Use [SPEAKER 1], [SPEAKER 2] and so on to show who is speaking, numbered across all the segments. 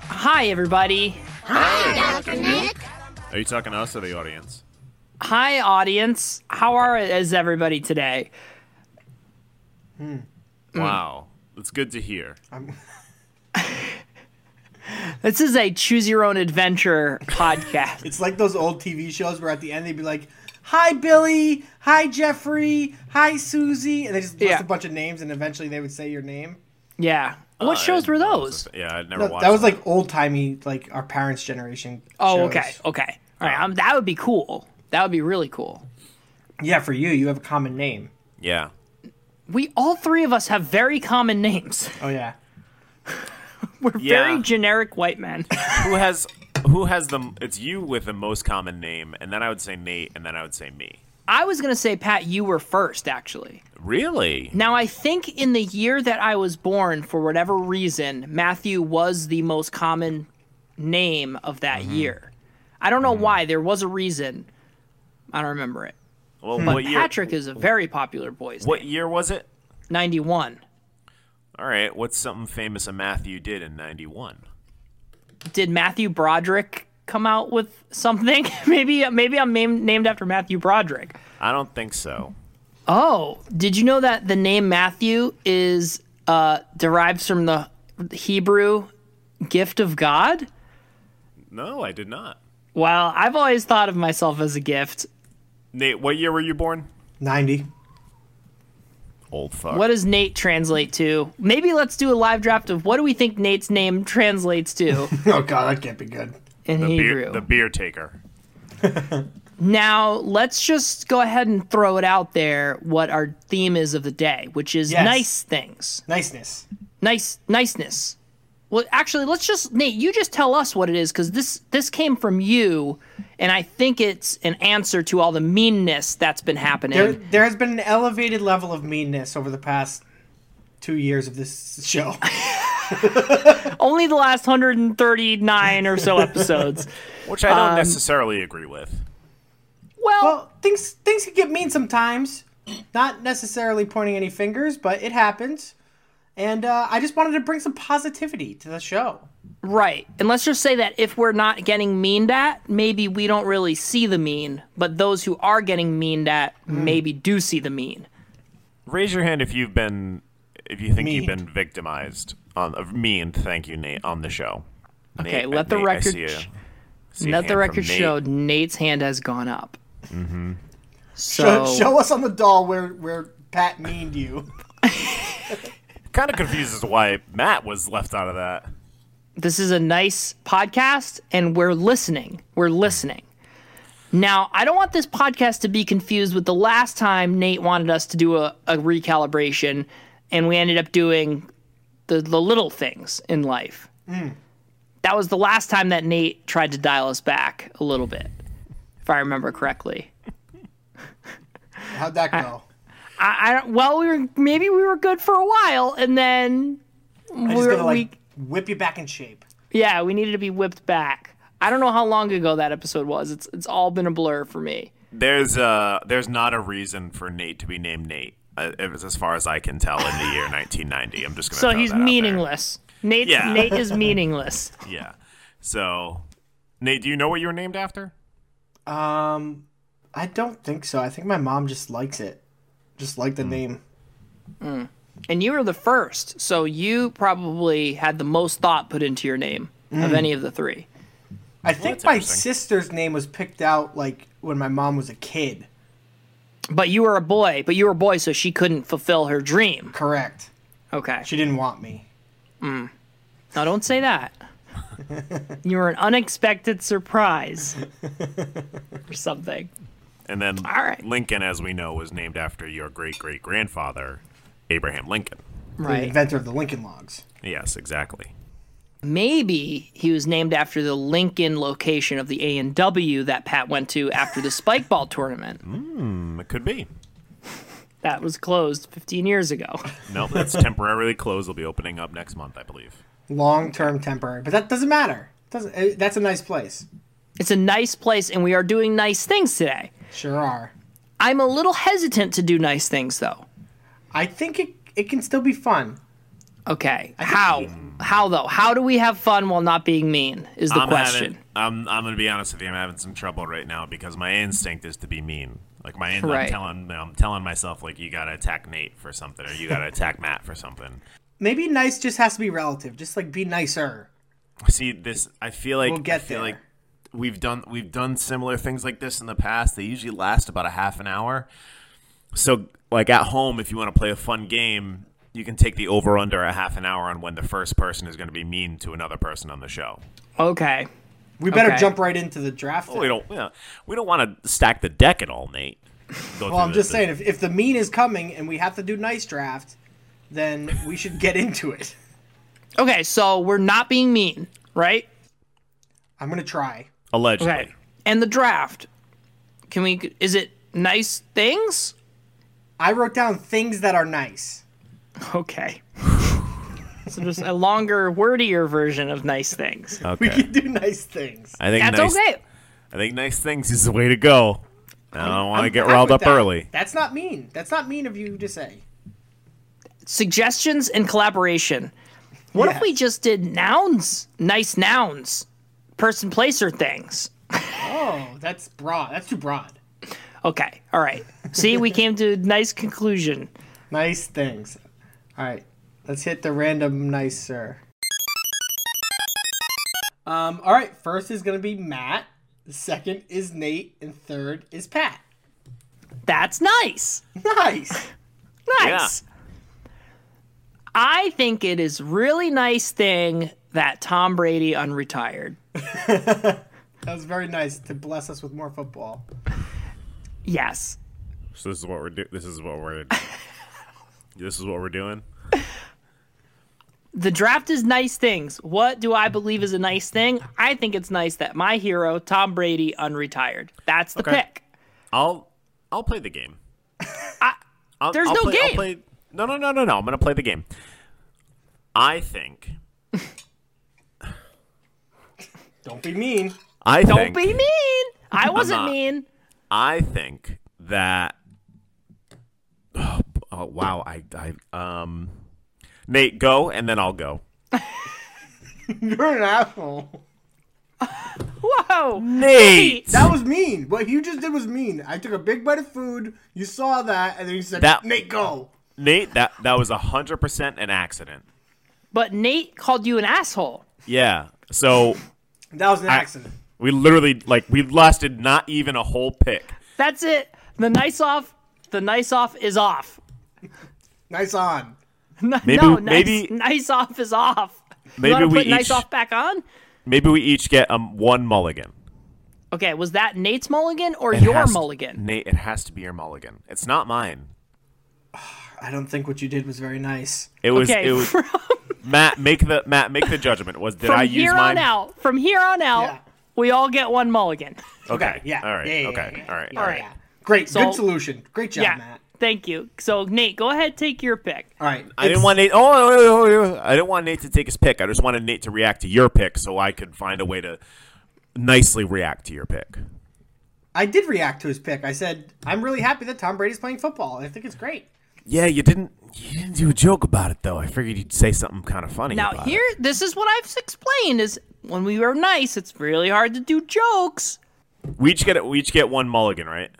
[SPEAKER 1] Hi, everybody.
[SPEAKER 2] Are you talking to us or the audience?
[SPEAKER 1] Hi, audience. How are is everybody today?
[SPEAKER 3] Mm.
[SPEAKER 2] Wow. It's good to hear.
[SPEAKER 1] This is a choose your own adventure podcast.
[SPEAKER 3] It's like those old TV shows where at the end they'd be like, "Hi Billy, hi Jeffrey, hi Susie," and they just list
[SPEAKER 1] Yeah.
[SPEAKER 3] a bunch of names, and eventually they would say your name.
[SPEAKER 1] Yeah. What
[SPEAKER 2] Uh,
[SPEAKER 1] shows were
[SPEAKER 2] that
[SPEAKER 1] those?
[SPEAKER 2] was a- Yeah, I'd never
[SPEAKER 3] No,
[SPEAKER 2] watched
[SPEAKER 3] that was like old timey, like our parents' generation.
[SPEAKER 1] Oh,
[SPEAKER 3] shows.
[SPEAKER 1] okay, okay. All
[SPEAKER 2] Uh,
[SPEAKER 1] right, um, that would be cool. That would be really cool.
[SPEAKER 3] Yeah, for you, you have a common name.
[SPEAKER 2] Yeah.
[SPEAKER 1] We all three of us have very common names.
[SPEAKER 3] Oh yeah,
[SPEAKER 1] We're
[SPEAKER 2] Yeah.
[SPEAKER 1] very generic white men.
[SPEAKER 2] Who has who has the it's you with the most common name, and then I would say Nate, and then I would say me.
[SPEAKER 1] I was gonna say, Pat, you were first, actually.
[SPEAKER 2] Really?
[SPEAKER 1] Now, I think in the year that I was born, for whatever reason, Matthew was the most common name of that year. I don't know why. There was a reason. I don't remember it.
[SPEAKER 3] Hmm.
[SPEAKER 2] Well, what year?
[SPEAKER 1] Patrick is a very popular boy's
[SPEAKER 2] What
[SPEAKER 1] name.
[SPEAKER 2] year was it?
[SPEAKER 1] 91.
[SPEAKER 2] All right. What's something famous a Matthew did in '91?
[SPEAKER 1] Did Matthew Broderick come out with something? maybe maybe I'm named, named after Matthew Broderick.
[SPEAKER 2] I don't think so.
[SPEAKER 1] Oh, did you know that the name Matthew is uh, derives from the Hebrew gift of God?
[SPEAKER 2] No, I did not.
[SPEAKER 1] Well, I've always thought of myself as a gift.
[SPEAKER 2] Nate, what year were you born?
[SPEAKER 3] ninety.
[SPEAKER 2] Old fuck.
[SPEAKER 1] What does Nate translate to? Maybe let's do a live draft of what do we think Nate's name translates to
[SPEAKER 3] Oh god, that can't be good.
[SPEAKER 1] in
[SPEAKER 2] the
[SPEAKER 1] Hebrew.
[SPEAKER 2] beer, the beer taker.
[SPEAKER 1] Now, let's just go ahead and throw it out there what our theme is of the day, which is
[SPEAKER 3] Yes.
[SPEAKER 1] nice things.
[SPEAKER 3] Niceness.
[SPEAKER 1] Nice niceness. Well, actually, let's just Nate, you just tell us what it is cuz this this came from you and I think it's an answer to all the meanness that's been happening.
[SPEAKER 3] There, there has been an elevated level of meanness over the past two years of this show.
[SPEAKER 1] Only the last 139 or so episodes.
[SPEAKER 2] Which I
[SPEAKER 3] Um,
[SPEAKER 2] don't necessarily agree with.
[SPEAKER 1] well,
[SPEAKER 3] well, things things can get mean sometimes. Not necessarily pointing any fingers, but it happens. And uh, I just wanted to bring some positivity to the show.
[SPEAKER 1] Right. And let's just say that if we're not getting meaned at, maybe we don't really see the mean, but those who are getting meaned at
[SPEAKER 2] Hmm.
[SPEAKER 1] maybe do see the mean.
[SPEAKER 2] Raise your hand if you've been, if you think you've
[SPEAKER 3] Meaned.
[SPEAKER 2] been victimized on uh, mean. Thank you, Nate, on the show.
[SPEAKER 1] Okay,
[SPEAKER 2] Nate, uh,
[SPEAKER 1] let the
[SPEAKER 2] Nate, I
[SPEAKER 1] record
[SPEAKER 2] see a-
[SPEAKER 1] sh-
[SPEAKER 2] see a
[SPEAKER 1] Let
[SPEAKER 2] hand
[SPEAKER 1] the
[SPEAKER 2] from
[SPEAKER 1] record
[SPEAKER 2] Nate. Mm-hmm.
[SPEAKER 1] show Nate's hand has gone up.
[SPEAKER 3] Show,
[SPEAKER 1] So
[SPEAKER 3] show us on the doll where where Pat meaned you.
[SPEAKER 2] Kind of confuses why Matt was left out of that.
[SPEAKER 1] this is a nice podcast and we're listening. We're listening. Now, I don't want this podcast to be confused with the last time Nate wanted us to do a, a recalibration and we ended up doing the, the little things in life. That was the last time that Nate tried to dial us back a little bit, if I remember correctly.
[SPEAKER 3] How'd that go?
[SPEAKER 1] I, I don't, well, we were maybe we were good for a while and then
[SPEAKER 3] I
[SPEAKER 1] we
[SPEAKER 3] just
[SPEAKER 1] were,
[SPEAKER 3] gotta like
[SPEAKER 1] we,
[SPEAKER 3] whip you back in shape.
[SPEAKER 1] Yeah, we needed to be whipped back. I don't know how long ago that episode was. It's it's all been a blur for me.
[SPEAKER 2] There's uh, there's not a reason for Nate to be named Nate. Uh, it was as far as I can tell in the year 1990. I'm just gonna.
[SPEAKER 1] So
[SPEAKER 2] throw
[SPEAKER 1] he's
[SPEAKER 2] that out there.
[SPEAKER 1] meaningless. Nate
[SPEAKER 2] Yeah.
[SPEAKER 1] Nate is meaningless.
[SPEAKER 2] Yeah. So, Nate, do you know what you were named after?
[SPEAKER 3] Um, I don't think so. I think my mom just likes it. Just like
[SPEAKER 2] Hmm.
[SPEAKER 3] the name.
[SPEAKER 1] And you were the first, so you probably had the most thought put into your name of
[SPEAKER 2] Mm.
[SPEAKER 1] any of the three.
[SPEAKER 3] I think
[SPEAKER 2] that's
[SPEAKER 3] my
[SPEAKER 2] interesting.
[SPEAKER 3] sister's name was picked out like when my mom was a kid.
[SPEAKER 1] But you were a boy, but you were a boy so she couldn't fulfill her dream.
[SPEAKER 3] Correct.
[SPEAKER 1] Okay.
[SPEAKER 3] She didn't want me.
[SPEAKER 1] Now don't say that. you were an unexpected surprise or something.
[SPEAKER 2] And then
[SPEAKER 1] All right.
[SPEAKER 2] Lincoln, as we know, was named after your great great grandfather, Abraham Lincoln.
[SPEAKER 3] The
[SPEAKER 1] Right.
[SPEAKER 3] inventor of the Lincoln Logs.
[SPEAKER 2] Yes, exactly.
[SPEAKER 1] Maybe he was named after the Lincoln location of the A&W that Pat went to after the spike ball tournament.
[SPEAKER 2] Mm, It could be.
[SPEAKER 1] That was closed 15 years ago.
[SPEAKER 2] No, that's temporarily closed. It'll be opening up next month, I believe.
[SPEAKER 3] Long term temporary, but that doesn't matter. Doesn't uh, that's a nice place.
[SPEAKER 1] It's a nice place and we are doing nice things today.
[SPEAKER 3] Sure are.
[SPEAKER 1] I'm a little hesitant to do nice things though.
[SPEAKER 3] I think it it can still be fun.
[SPEAKER 1] Okay. How? How though? How do we have fun while not being mean? Is the
[SPEAKER 2] I'm
[SPEAKER 1] question.
[SPEAKER 2] having. I'm. I'm gonna be honest with you. I'm having some trouble right now because my instinct is to be mean. Like my, in-
[SPEAKER 1] Right.
[SPEAKER 2] I'm telling. I'm telling myself like you gotta attack Nate for something or you gotta attack Matt for something.
[SPEAKER 3] Maybe nice just has to be relative. Just like be nicer.
[SPEAKER 2] See this. I feel like
[SPEAKER 3] We'll get
[SPEAKER 2] I feel
[SPEAKER 3] there.
[SPEAKER 2] like we've done we've done similar things like this in the past. They usually last about a half an hour. So like at home, if you want to play a fun game, you can take the over under a half an hour on when the first person is going to be mean to another person on the show.
[SPEAKER 1] Okay.
[SPEAKER 3] We better
[SPEAKER 1] Okay.
[SPEAKER 3] jump right into the draft.
[SPEAKER 2] Oh, We don't. yeah, we don't want to stack the deck at all, Nate.
[SPEAKER 3] well,
[SPEAKER 2] Go through
[SPEAKER 3] I'm
[SPEAKER 2] the-
[SPEAKER 3] just
[SPEAKER 2] the-
[SPEAKER 3] saying if, if the mean is coming and we have to do nice draft, then we should get into it.
[SPEAKER 1] Okay, so we're not being mean, right?
[SPEAKER 3] I'm gonna try.
[SPEAKER 2] Allegedly.
[SPEAKER 1] Okay. And the draft. Can we is it nice things?
[SPEAKER 3] I wrote down things that are nice.
[SPEAKER 1] Okay. so just a longer, wordier version of nice things.
[SPEAKER 3] We
[SPEAKER 2] Okay.
[SPEAKER 3] can do nice things.
[SPEAKER 2] I think
[SPEAKER 1] That's
[SPEAKER 2] nice,
[SPEAKER 1] okay.
[SPEAKER 2] I think nice things is the way to go. I don't want to
[SPEAKER 3] I'm
[SPEAKER 2] get
[SPEAKER 3] fine
[SPEAKER 2] riled
[SPEAKER 3] with
[SPEAKER 2] up
[SPEAKER 3] that.
[SPEAKER 2] early.
[SPEAKER 3] That's not mean. That's not mean of you to say.
[SPEAKER 1] Suggestions and collaboration. What if
[SPEAKER 3] Yes.
[SPEAKER 1] we just did nouns? Nice nouns. Person, place, or things.
[SPEAKER 3] Oh, that's broad. That's too broad.
[SPEAKER 1] Okay. All right. See, we came to a nice conclusion.
[SPEAKER 3] Nice things. All right, let's hit the random nicer. Um. All right. First is gonna be Matt. Second is Nate, and third is Pat.
[SPEAKER 1] That's nice.
[SPEAKER 3] Nice.
[SPEAKER 1] Nice. I think it is really nice thing that Tom Brady unretired.
[SPEAKER 3] That was very nice to bless us with more football.
[SPEAKER 1] Yes.
[SPEAKER 2] So this is what we're do- this is what we're this is what we're doing.
[SPEAKER 1] The draft is nice things. What do I believe is a nice thing? I think it's nice that my hero, Tom Brady, unretired. That's the
[SPEAKER 2] Okay.
[SPEAKER 1] pick.
[SPEAKER 2] I'll I'll play the game. I, will
[SPEAKER 1] There's no
[SPEAKER 2] play, I'll
[SPEAKER 1] game.
[SPEAKER 2] play, no, no, no, no, no. I'm gonna play the game. I think.
[SPEAKER 3] Don't be mean.
[SPEAKER 2] I
[SPEAKER 1] Don't
[SPEAKER 2] think,
[SPEAKER 1] be mean. I wasn't
[SPEAKER 2] not.
[SPEAKER 1] mean.
[SPEAKER 2] I think that. Oh, wow! I, I, um, Nate, go, and then I'll go.
[SPEAKER 3] You're an asshole.
[SPEAKER 1] Whoa.
[SPEAKER 2] Nate,
[SPEAKER 3] That was mean. What you just did was mean. I took a big bite of food. You saw that, and then you said,
[SPEAKER 2] That-
[SPEAKER 3] "Nate, go."
[SPEAKER 2] Nate, that that was hundred percent an accident.
[SPEAKER 1] But Nate called you an asshole.
[SPEAKER 2] Yeah. So
[SPEAKER 3] That was an accident.
[SPEAKER 2] we literally like we lasted not even a whole pick.
[SPEAKER 1] That's it. The nice off. The nice off is off.
[SPEAKER 3] Nice on.
[SPEAKER 1] No,
[SPEAKER 2] Maybe-
[SPEAKER 1] no, nice,
[SPEAKER 2] maybe-
[SPEAKER 1] nice off is off.
[SPEAKER 2] Maybe
[SPEAKER 1] you wanna
[SPEAKER 2] we
[SPEAKER 1] put nice
[SPEAKER 2] each-
[SPEAKER 1] off back on?
[SPEAKER 2] Maybe we each get um one mulligan.
[SPEAKER 1] Okay, was that Nate's mulligan or
[SPEAKER 2] It
[SPEAKER 1] your
[SPEAKER 2] has to-
[SPEAKER 1] mulligan?
[SPEAKER 2] Nate, it has to be your mulligan. It's not mine.
[SPEAKER 3] I don't think what you did was very nice.
[SPEAKER 2] It was.
[SPEAKER 1] okay,
[SPEAKER 2] It was.
[SPEAKER 1] from,
[SPEAKER 2] Matt, make the Matt, make the judgment. Was did
[SPEAKER 1] from
[SPEAKER 2] I use
[SPEAKER 1] here on
[SPEAKER 2] mine?
[SPEAKER 1] out, from here on out,
[SPEAKER 3] Yeah.
[SPEAKER 1] we all get one mulligan.
[SPEAKER 2] Okay.
[SPEAKER 3] yeah,
[SPEAKER 2] All right.
[SPEAKER 3] yeah, yeah,
[SPEAKER 2] okay.
[SPEAKER 3] yeah,
[SPEAKER 2] all right.
[SPEAKER 1] All
[SPEAKER 2] all
[SPEAKER 1] right.
[SPEAKER 2] right.
[SPEAKER 3] Yeah. Great.
[SPEAKER 1] So-
[SPEAKER 3] good solution. Great job,
[SPEAKER 1] Yeah.
[SPEAKER 3] Matt.
[SPEAKER 1] Thank you. So Nate, go ahead, take your pick.
[SPEAKER 3] All right.
[SPEAKER 2] I didn't want Nate. Oh, oh, oh, oh, I didn't want Nate to take his pick. I just wanted Nate to react to your pick, so I could find a way to nicely react to your pick.
[SPEAKER 3] I did react to his pick. I said, "I'm really happy that Tom Brady's playing football. I think it's great."
[SPEAKER 2] Yeah, you didn't. You didn't do a joke about it though. I figured you'd say something kind of funny.
[SPEAKER 1] Now
[SPEAKER 2] about
[SPEAKER 1] here, this is what I've explained: is when we were nice, it's really hard to do jokes.
[SPEAKER 2] it. we each get we each get one mulligan, right?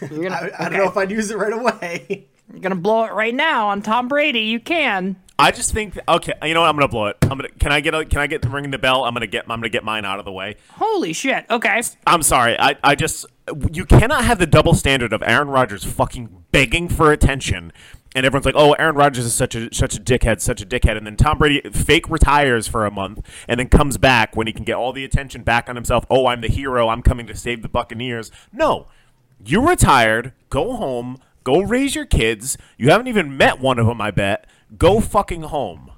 [SPEAKER 1] You're gonna,
[SPEAKER 3] I, I don't know if I'd use it right away.
[SPEAKER 1] you're gonna blow it right now on Tom Brady. You can.
[SPEAKER 2] I just think. Okay, you know what? I'm gonna blow it. I'm gonna. Can I get a? Can I get ringing the bell? I'm gonna get. I'm gonna get mine out of the way.
[SPEAKER 1] Holy shit. Okay.
[SPEAKER 2] I'm sorry. I, I just you cannot have the double standard of Aaron Rodgers fucking begging for attention and everyone's like, "Oh, Aaron Rodgers is such a such a dickhead, such a dickhead." And then Tom Brady fake retires for a month and then comes back when he can get all the attention back on himself. "Oh, I'm the hero. I'm coming to save the Buccaneers." No. You retired, go home, go raise your kids. You haven't even met one of them, I bet. Go fucking home.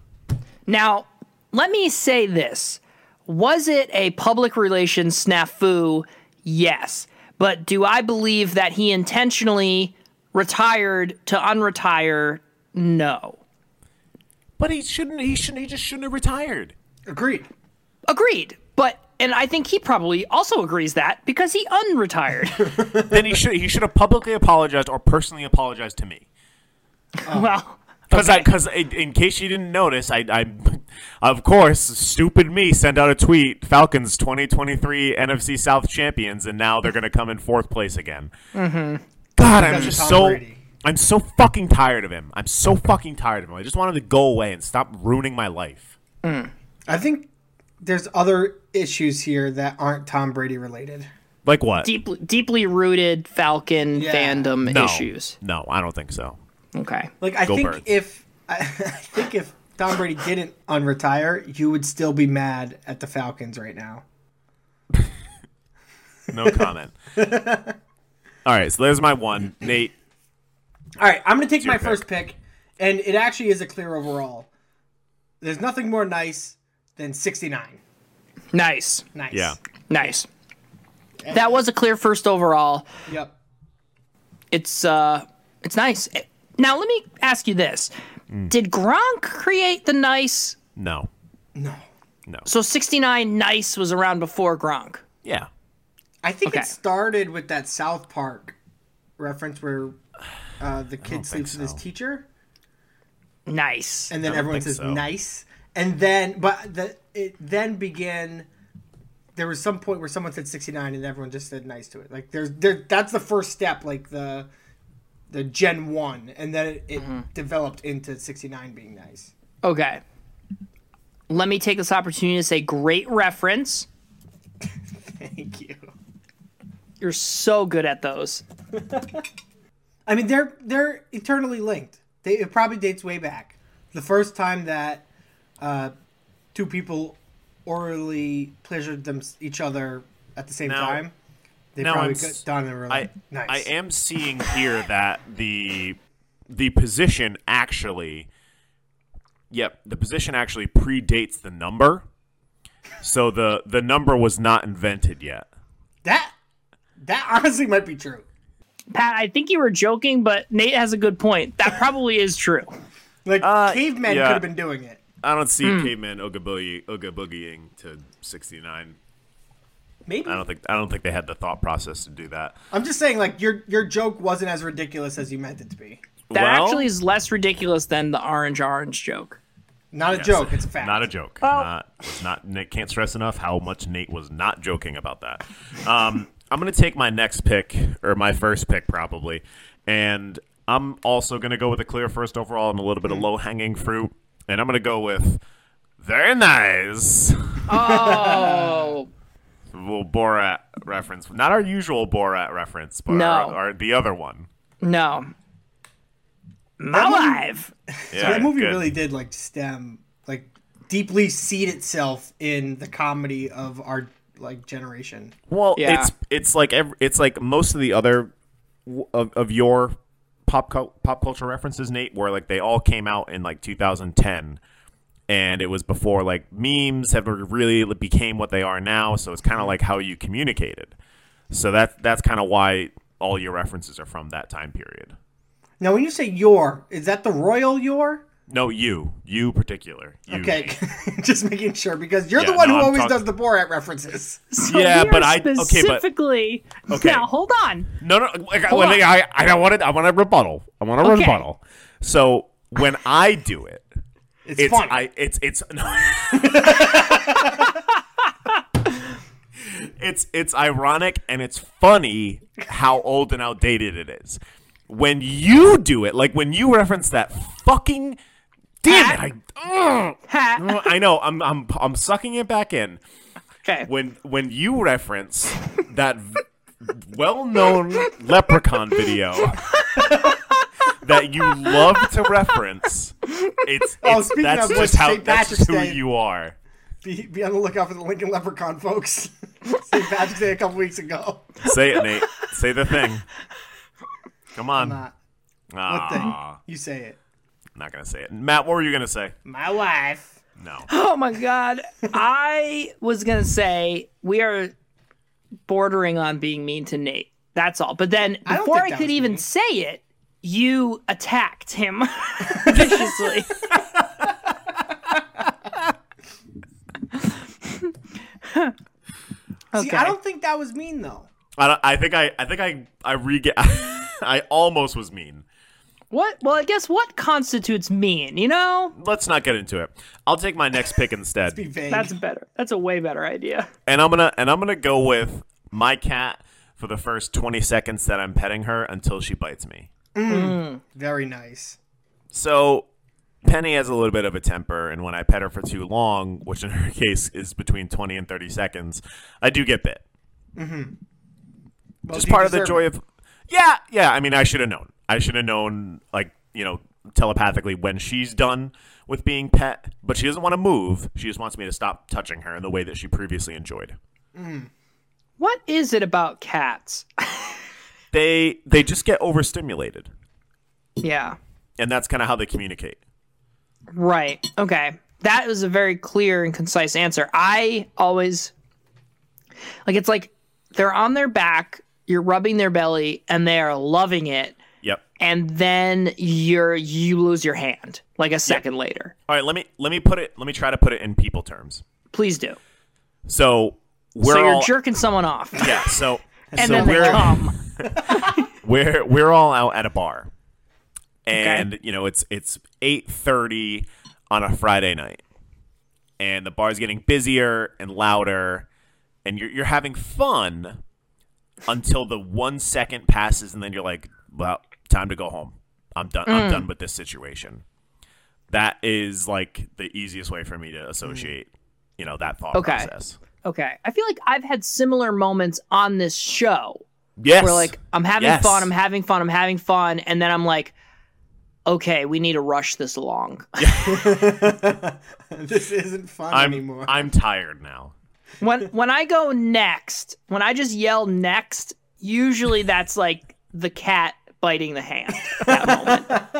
[SPEAKER 1] Now, let me say this. Was it a public relations snafu? Yes. But do I believe that he intentionally retired to unretire? No.
[SPEAKER 2] But he shouldn't he shouldn't he just shouldn't have retired.
[SPEAKER 3] Agreed.
[SPEAKER 1] Agreed. But and I think he probably also agrees that because he unretired.
[SPEAKER 2] then he should he should have publicly apologized or personally apologized to me.
[SPEAKER 1] well,
[SPEAKER 2] Because because in case you didn't notice, I, I of course stupid me sent out a tweet: Falcons 2023 NFC South champions, and now they're gonna come in fourth place again. Mm-hmm. God,
[SPEAKER 3] Because
[SPEAKER 2] I'm
[SPEAKER 3] of
[SPEAKER 2] just
[SPEAKER 3] Tom
[SPEAKER 2] so
[SPEAKER 3] Brady.
[SPEAKER 2] I'm so fucking tired of him. I'm so fucking tired of him. I just want him to go away and stop ruining my life.
[SPEAKER 3] I think there's other issues here that aren't Tom Brady related.
[SPEAKER 2] Like what?
[SPEAKER 1] deeply deeply rooted Falcon
[SPEAKER 3] Yeah.
[SPEAKER 1] fandom
[SPEAKER 2] no.
[SPEAKER 1] issues.
[SPEAKER 2] No, I don't think so.
[SPEAKER 1] Okay.
[SPEAKER 3] Like I
[SPEAKER 2] Go
[SPEAKER 3] think
[SPEAKER 2] Birds.
[SPEAKER 3] if I, I think if Tom Brady didn't unretire, you would still be mad at the Falcons right now.
[SPEAKER 2] No comment. All right, so there's my one, Nate.
[SPEAKER 3] All right, I'm going to take my
[SPEAKER 2] pick.
[SPEAKER 3] first pick, and it actually is a clear overall. There's nothing more nice than 69.
[SPEAKER 1] Nice.
[SPEAKER 3] Nice.
[SPEAKER 2] Yeah.
[SPEAKER 1] Nice. That was a clear first overall.
[SPEAKER 3] Yep.
[SPEAKER 1] It's uh it's nice. Now let me ask you this. Did Gronk create the nice?
[SPEAKER 2] No.
[SPEAKER 3] No.
[SPEAKER 1] So 69 nice was around before Gronk.
[SPEAKER 2] Yeah.
[SPEAKER 3] I think
[SPEAKER 1] Okay.
[SPEAKER 3] it started with that South Park reference where uh, the kid sleeps with his
[SPEAKER 2] so.
[SPEAKER 3] teacher,
[SPEAKER 1] Nice.
[SPEAKER 3] and then everyone
[SPEAKER 2] think
[SPEAKER 3] says
[SPEAKER 2] so.
[SPEAKER 3] nice, and then but the it then began. There was some point where someone said 69, and everyone just said nice to it. Like there's there that's the first step, like the the Gen One, and then it, it developed into 69 being nice.
[SPEAKER 1] Okay. Let me take this opportunity to say great reference.
[SPEAKER 3] Thank you.
[SPEAKER 1] You're so good at those.
[SPEAKER 3] I mean, they're they're eternally linked. They, it probably dates way back. The first time that uh, two people orally pleasured them each other at the same
[SPEAKER 2] Now-
[SPEAKER 3] time, they
[SPEAKER 2] now
[SPEAKER 3] probably
[SPEAKER 2] I'm
[SPEAKER 3] got
[SPEAKER 2] s-
[SPEAKER 3] done and were
[SPEAKER 2] I
[SPEAKER 3] like, "Nice."
[SPEAKER 2] I am seeing here that the the position actually yep, the position actually predates the number. So the the number was not invented yet.
[SPEAKER 3] that that honestly might be true.
[SPEAKER 1] Pat, I think you were joking, but Nate has a good point. That probably is true.
[SPEAKER 3] Like
[SPEAKER 2] Uh,
[SPEAKER 3] cavemen
[SPEAKER 2] yeah.
[SPEAKER 3] could have been doing it.
[SPEAKER 2] I don't see
[SPEAKER 1] Hmm.
[SPEAKER 2] caveman ogaboogie ogaboogieing to 69.
[SPEAKER 3] Maybe
[SPEAKER 2] I don't think I don't think they had the thought process to do that.
[SPEAKER 3] I'm just saying, like your your joke wasn't as ridiculous as you meant it to be.
[SPEAKER 1] That
[SPEAKER 2] Well-
[SPEAKER 1] actually is less ridiculous than the orange orange joke.
[SPEAKER 3] Not a
[SPEAKER 2] Yes.
[SPEAKER 3] joke. It's a fact.
[SPEAKER 2] Not a joke. Not, it's not. Nate can't stress enough how much Nate was not joking about that. Um, I'm gonna take my next pick or my first pick probably, and I'm also gonna go with a clear first overall and a little bit
[SPEAKER 1] Mm-hmm.
[SPEAKER 2] of low hanging fruit, and I'm gonna go with very nice.
[SPEAKER 1] Oh,
[SPEAKER 2] Well, Borat reference, not our usual Borat reference, but
[SPEAKER 1] No.
[SPEAKER 2] our, our- the other one.
[SPEAKER 1] no. My life.
[SPEAKER 2] Yeah,
[SPEAKER 3] that movie
[SPEAKER 2] good.
[SPEAKER 3] really did like stem like deeply seed itself in the comedy of our like generation
[SPEAKER 2] Well,
[SPEAKER 1] Yeah.
[SPEAKER 2] it's it's like ev it's like most of the other w- of, of your pop cul pop culture references, Nate, where like they all came out in like 2010, and it was before like memes have really became what they are now. So it's kind of like how you communicated. So that that's kind of why all your references are from that time period.
[SPEAKER 3] now when you say your is that the royal your
[SPEAKER 2] No, you, you particular. You,
[SPEAKER 3] okay
[SPEAKER 2] Nate.
[SPEAKER 3] just making sure because you're the one
[SPEAKER 2] Mm. Yeah, no,
[SPEAKER 3] who
[SPEAKER 2] I'm
[SPEAKER 3] always
[SPEAKER 2] talking-
[SPEAKER 3] does the borat references
[SPEAKER 1] So
[SPEAKER 2] Yeah,
[SPEAKER 1] we are
[SPEAKER 2] but I- okay, but-
[SPEAKER 1] specifically.
[SPEAKER 2] Okay.
[SPEAKER 1] Now hold on.
[SPEAKER 2] No, no. Like, I,
[SPEAKER 1] on.
[SPEAKER 2] I, I don't want to. I want to rebuttal. I want to
[SPEAKER 1] Okay.
[SPEAKER 2] rebuttal. So when I do it.
[SPEAKER 3] it's,
[SPEAKER 2] it's
[SPEAKER 3] fun
[SPEAKER 2] I it's it's no. it's it's ironic and it's funny how old and outdated it is. When you do it, like when you reference that fucking damn it, I,
[SPEAKER 1] Hat.
[SPEAKER 2] ugh. I know I'm I'm I'm sucking it back in.
[SPEAKER 1] Okay.
[SPEAKER 2] When when you reference that v- well-known leprechaun video that you love to reference. It's,
[SPEAKER 3] Oh,
[SPEAKER 2] it's
[SPEAKER 3] speaking
[SPEAKER 2] that's
[SPEAKER 3] of which,
[SPEAKER 2] just how
[SPEAKER 3] St.
[SPEAKER 2] that's
[SPEAKER 3] Patrick's
[SPEAKER 2] just who
[SPEAKER 3] Day.
[SPEAKER 2] you are.
[SPEAKER 3] Be, be on the lookout for the Lincoln Leprechaun, folks. St. Patrick's Day a couple weeks ago.
[SPEAKER 2] Say it, Nate. Say the thing. Come on.
[SPEAKER 3] Not what thing?
[SPEAKER 2] Ah,
[SPEAKER 3] You say it.
[SPEAKER 2] not gonna say it. Matt, what were you gonna say?
[SPEAKER 3] My wife.
[SPEAKER 2] No.
[SPEAKER 1] Oh my god. I was gonna say we are bordering on being mean to Nate. That's all. But then
[SPEAKER 3] don't
[SPEAKER 1] before
[SPEAKER 3] think
[SPEAKER 1] I
[SPEAKER 3] that
[SPEAKER 1] could
[SPEAKER 3] was
[SPEAKER 1] even
[SPEAKER 3] mean.
[SPEAKER 1] say it, you attacked him viciously.
[SPEAKER 3] See, I don't think that was mean though.
[SPEAKER 2] I, don't- I think I I think I I re I almost was mean.
[SPEAKER 1] What? Well, I guess what constitutes mean, you know?
[SPEAKER 2] Let's not get into it. I'll take my next pick instead.
[SPEAKER 3] Be vague.
[SPEAKER 1] That's better. That's a way better idea.
[SPEAKER 2] and I'm gonna and I'm gonna go with my cat for the first 20 seconds that I'm petting her until she bites me.
[SPEAKER 3] Very nice.
[SPEAKER 2] So Penny has a little bit of a temper, and when I pet her for too long, which in her case is between 20 and 30 seconds, I do get bit.
[SPEAKER 3] Well,
[SPEAKER 2] Just
[SPEAKER 3] Oh, you
[SPEAKER 2] part of the
[SPEAKER 3] deserve
[SPEAKER 2] joy
[SPEAKER 3] it.
[SPEAKER 2] of. Yeah, yeah. I mean, I should have known. I should have known, like you know, telepathically when she's done with being pet, but she doesn't want to move. She just wants me to stop touching her in the way that she previously enjoyed.
[SPEAKER 1] What is it about cats?
[SPEAKER 2] They they just get overstimulated,
[SPEAKER 1] yeah.
[SPEAKER 2] and that's kind of how they communicate.
[SPEAKER 1] Right. Okay. That was a very clear and concise answer. I always like it's like they're on their back, you're rubbing their belly and they are loving it
[SPEAKER 2] Yep.
[SPEAKER 1] and then you're you lose your hand like a second later.
[SPEAKER 2] All right. Let me let me put it. Let me try to put it in people terms.
[SPEAKER 1] Please do.
[SPEAKER 2] So we're
[SPEAKER 1] so you're
[SPEAKER 2] all
[SPEAKER 1] jerking someone off.
[SPEAKER 2] yeah. So
[SPEAKER 1] And
[SPEAKER 2] so
[SPEAKER 1] then
[SPEAKER 2] we're
[SPEAKER 1] they come.
[SPEAKER 2] we're we're all out at a bar, and you know it's it's eight thirty on a Friday night, and the bar's getting busier and louder, and you're you're having fun until the one second passes, and then you're like, well, time to go home. I'm done.
[SPEAKER 1] Mm.
[SPEAKER 2] I'm done with this situation. That is like the easiest way for me to associate, you know, that thought
[SPEAKER 1] Mm. Okay.
[SPEAKER 2] process.
[SPEAKER 1] Okay. I feel like I've had similar moments on this show
[SPEAKER 2] Yes.
[SPEAKER 1] where like I'm having
[SPEAKER 2] Yes.
[SPEAKER 1] fun, I'm having fun, I'm having fun, and then I'm like, okay, we need to rush this along.
[SPEAKER 3] this isn't fun
[SPEAKER 2] I'm
[SPEAKER 3] anymore.
[SPEAKER 2] I'm tired now.
[SPEAKER 1] when when I go next, when I just yell next, usually that's like the cat biting the hand. That moment.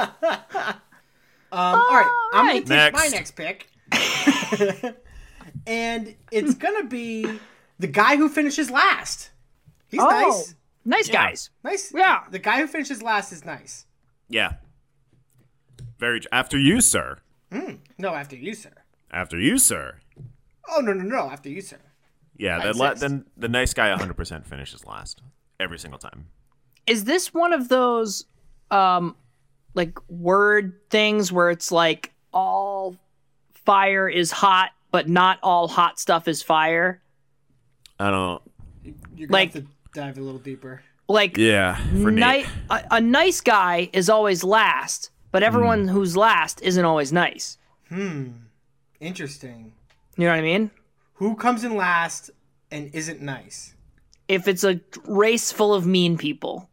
[SPEAKER 3] Um, all right, I'm gonna
[SPEAKER 1] right.
[SPEAKER 3] take my
[SPEAKER 2] Next.
[SPEAKER 3] next pick, and it's gonna be the guy who finishes last. He's
[SPEAKER 1] Oh.
[SPEAKER 3] nice,
[SPEAKER 1] Nice guys.
[SPEAKER 3] nice.
[SPEAKER 1] Yeah.
[SPEAKER 3] the guy who finishes last is nice.
[SPEAKER 2] Yeah. Very tr- after you, sir.
[SPEAKER 3] No, after you, sir.
[SPEAKER 2] After you, sir.
[SPEAKER 3] Oh no, no, no, after you, sir.
[SPEAKER 2] Yeah,
[SPEAKER 3] I
[SPEAKER 2] that la-
[SPEAKER 3] exist.
[SPEAKER 2] then the nice guy 100% finishes last every single time.
[SPEAKER 1] Is this one of those um like word things where it's like all fire is hot, but not all hot stuff is fire?
[SPEAKER 2] I don't.
[SPEAKER 3] You're gonna
[SPEAKER 1] Like-
[SPEAKER 3] have to dive a little deeper.
[SPEAKER 1] Like
[SPEAKER 2] Yeah, for
[SPEAKER 1] ni-
[SPEAKER 2] Nate.
[SPEAKER 1] a, a nice guy is always last, but everyone
[SPEAKER 2] Mm.
[SPEAKER 1] who's last isn't always nice.
[SPEAKER 3] Interesting.
[SPEAKER 1] You know what I mean?
[SPEAKER 3] Who comes in last and isn't nice?
[SPEAKER 1] If it's a race full of mean people,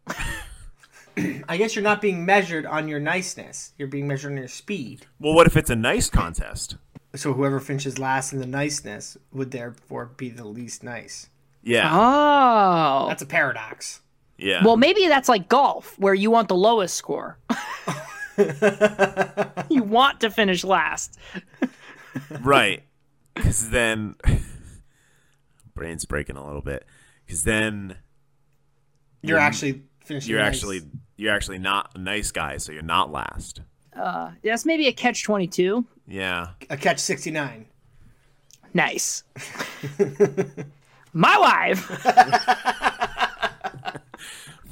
[SPEAKER 3] I guess you're not being measured on your niceness. You're being measured on your speed.
[SPEAKER 2] Well, what if it's a nice contest?
[SPEAKER 3] So whoever finishes last in the niceness would therefore be the least nice.
[SPEAKER 2] Yeah.
[SPEAKER 1] Oh.
[SPEAKER 3] That's a paradox.
[SPEAKER 2] Yeah.
[SPEAKER 1] Uh-huh. well, maybe that's like golf, where you want the lowest score. you want to finish last.
[SPEAKER 2] right. Because then. Brain's breaking a little bit. Because then
[SPEAKER 3] You're actually finishing.
[SPEAKER 2] you're
[SPEAKER 3] nice.
[SPEAKER 2] actually you're actually not a nice guy, so you're not last.
[SPEAKER 1] That's maybe a catch 22.
[SPEAKER 2] Yeah.
[SPEAKER 3] a catch 69.
[SPEAKER 1] Nice. My wife.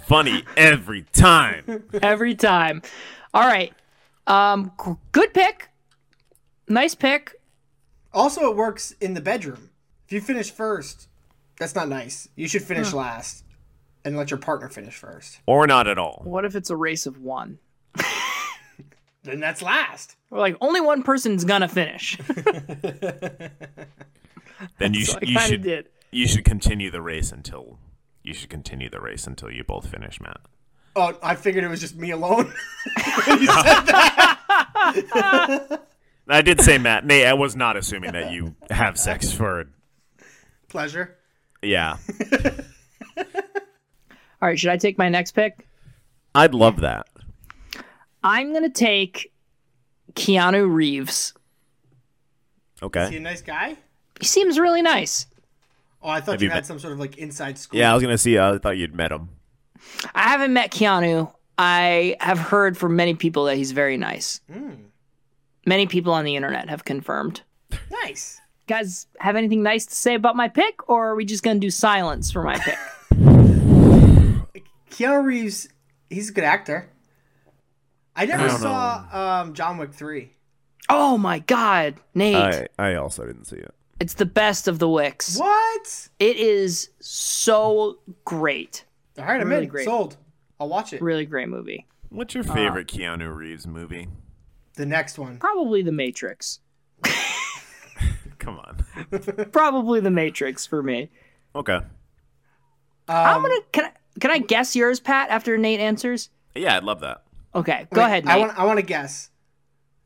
[SPEAKER 2] Funny every time.
[SPEAKER 1] Every time. All right. Um, g- good pick. Nice pick.
[SPEAKER 3] Also, it works in the bedroom. If you finish first, that's not nice. You should finish last and let your partner finish first.
[SPEAKER 2] or not at all.
[SPEAKER 1] What if it's a race of one?
[SPEAKER 3] Then that's last.
[SPEAKER 1] We're like, only one person's gonna finish.
[SPEAKER 2] then you,
[SPEAKER 1] so
[SPEAKER 2] should
[SPEAKER 1] I
[SPEAKER 2] you
[SPEAKER 1] kind
[SPEAKER 2] should
[SPEAKER 1] of did.
[SPEAKER 2] you should continue the race until you should continue the race until you both finish, Matt.
[SPEAKER 3] Oh, I figured it was just me alone. When you said that.
[SPEAKER 2] I did say Matt. Nate, I was not assuming that you have sex for.
[SPEAKER 3] Pleasure.
[SPEAKER 2] Yeah,
[SPEAKER 1] All right, should I take my next pick?
[SPEAKER 2] I'd love that.
[SPEAKER 1] I'm going to take Keanu Reeves.
[SPEAKER 3] Is he a
[SPEAKER 2] Okay.
[SPEAKER 3] nice guy?
[SPEAKER 1] He seems really nice.
[SPEAKER 3] Oh, I thought
[SPEAKER 2] Have
[SPEAKER 3] you
[SPEAKER 2] you
[SPEAKER 3] had
[SPEAKER 2] met-
[SPEAKER 3] some sort of like inside scoop.
[SPEAKER 2] Yeah, I was gonna see. uh, I thought you'd met him.
[SPEAKER 1] I haven't met Keanu. I have heard from many people that he's very nice. Many people on the internet have confirmed.
[SPEAKER 3] Nice.
[SPEAKER 1] Guys, have anything nice to say about my pick, or are we just going to do silence for my pick?
[SPEAKER 3] Keanu Reeves, he's a good actor. I never
[SPEAKER 2] don't
[SPEAKER 3] saw um, John Wick three.
[SPEAKER 1] oh my God, Nate.
[SPEAKER 2] I I also didn't see it.
[SPEAKER 1] It's the best of the Wicks.
[SPEAKER 3] What?
[SPEAKER 1] It is so great.
[SPEAKER 3] All right, I'm
[SPEAKER 1] Really
[SPEAKER 3] in.
[SPEAKER 1] great.
[SPEAKER 3] Sold. I'll watch it.
[SPEAKER 1] Really great movie.
[SPEAKER 2] What's
[SPEAKER 1] Uh,
[SPEAKER 2] your favorite Keanu Reeves movie?
[SPEAKER 3] The next one.
[SPEAKER 1] Probably The Matrix.
[SPEAKER 2] Come on.
[SPEAKER 1] Probably The Matrix for me.
[SPEAKER 2] Okay.
[SPEAKER 1] I'm gonna can I, can I guess yours, Pat? After Nate answers.
[SPEAKER 2] Yeah, I'd love that.
[SPEAKER 1] Okay, go
[SPEAKER 3] Wait,
[SPEAKER 1] ahead. Nate.
[SPEAKER 3] I want. I want to guess.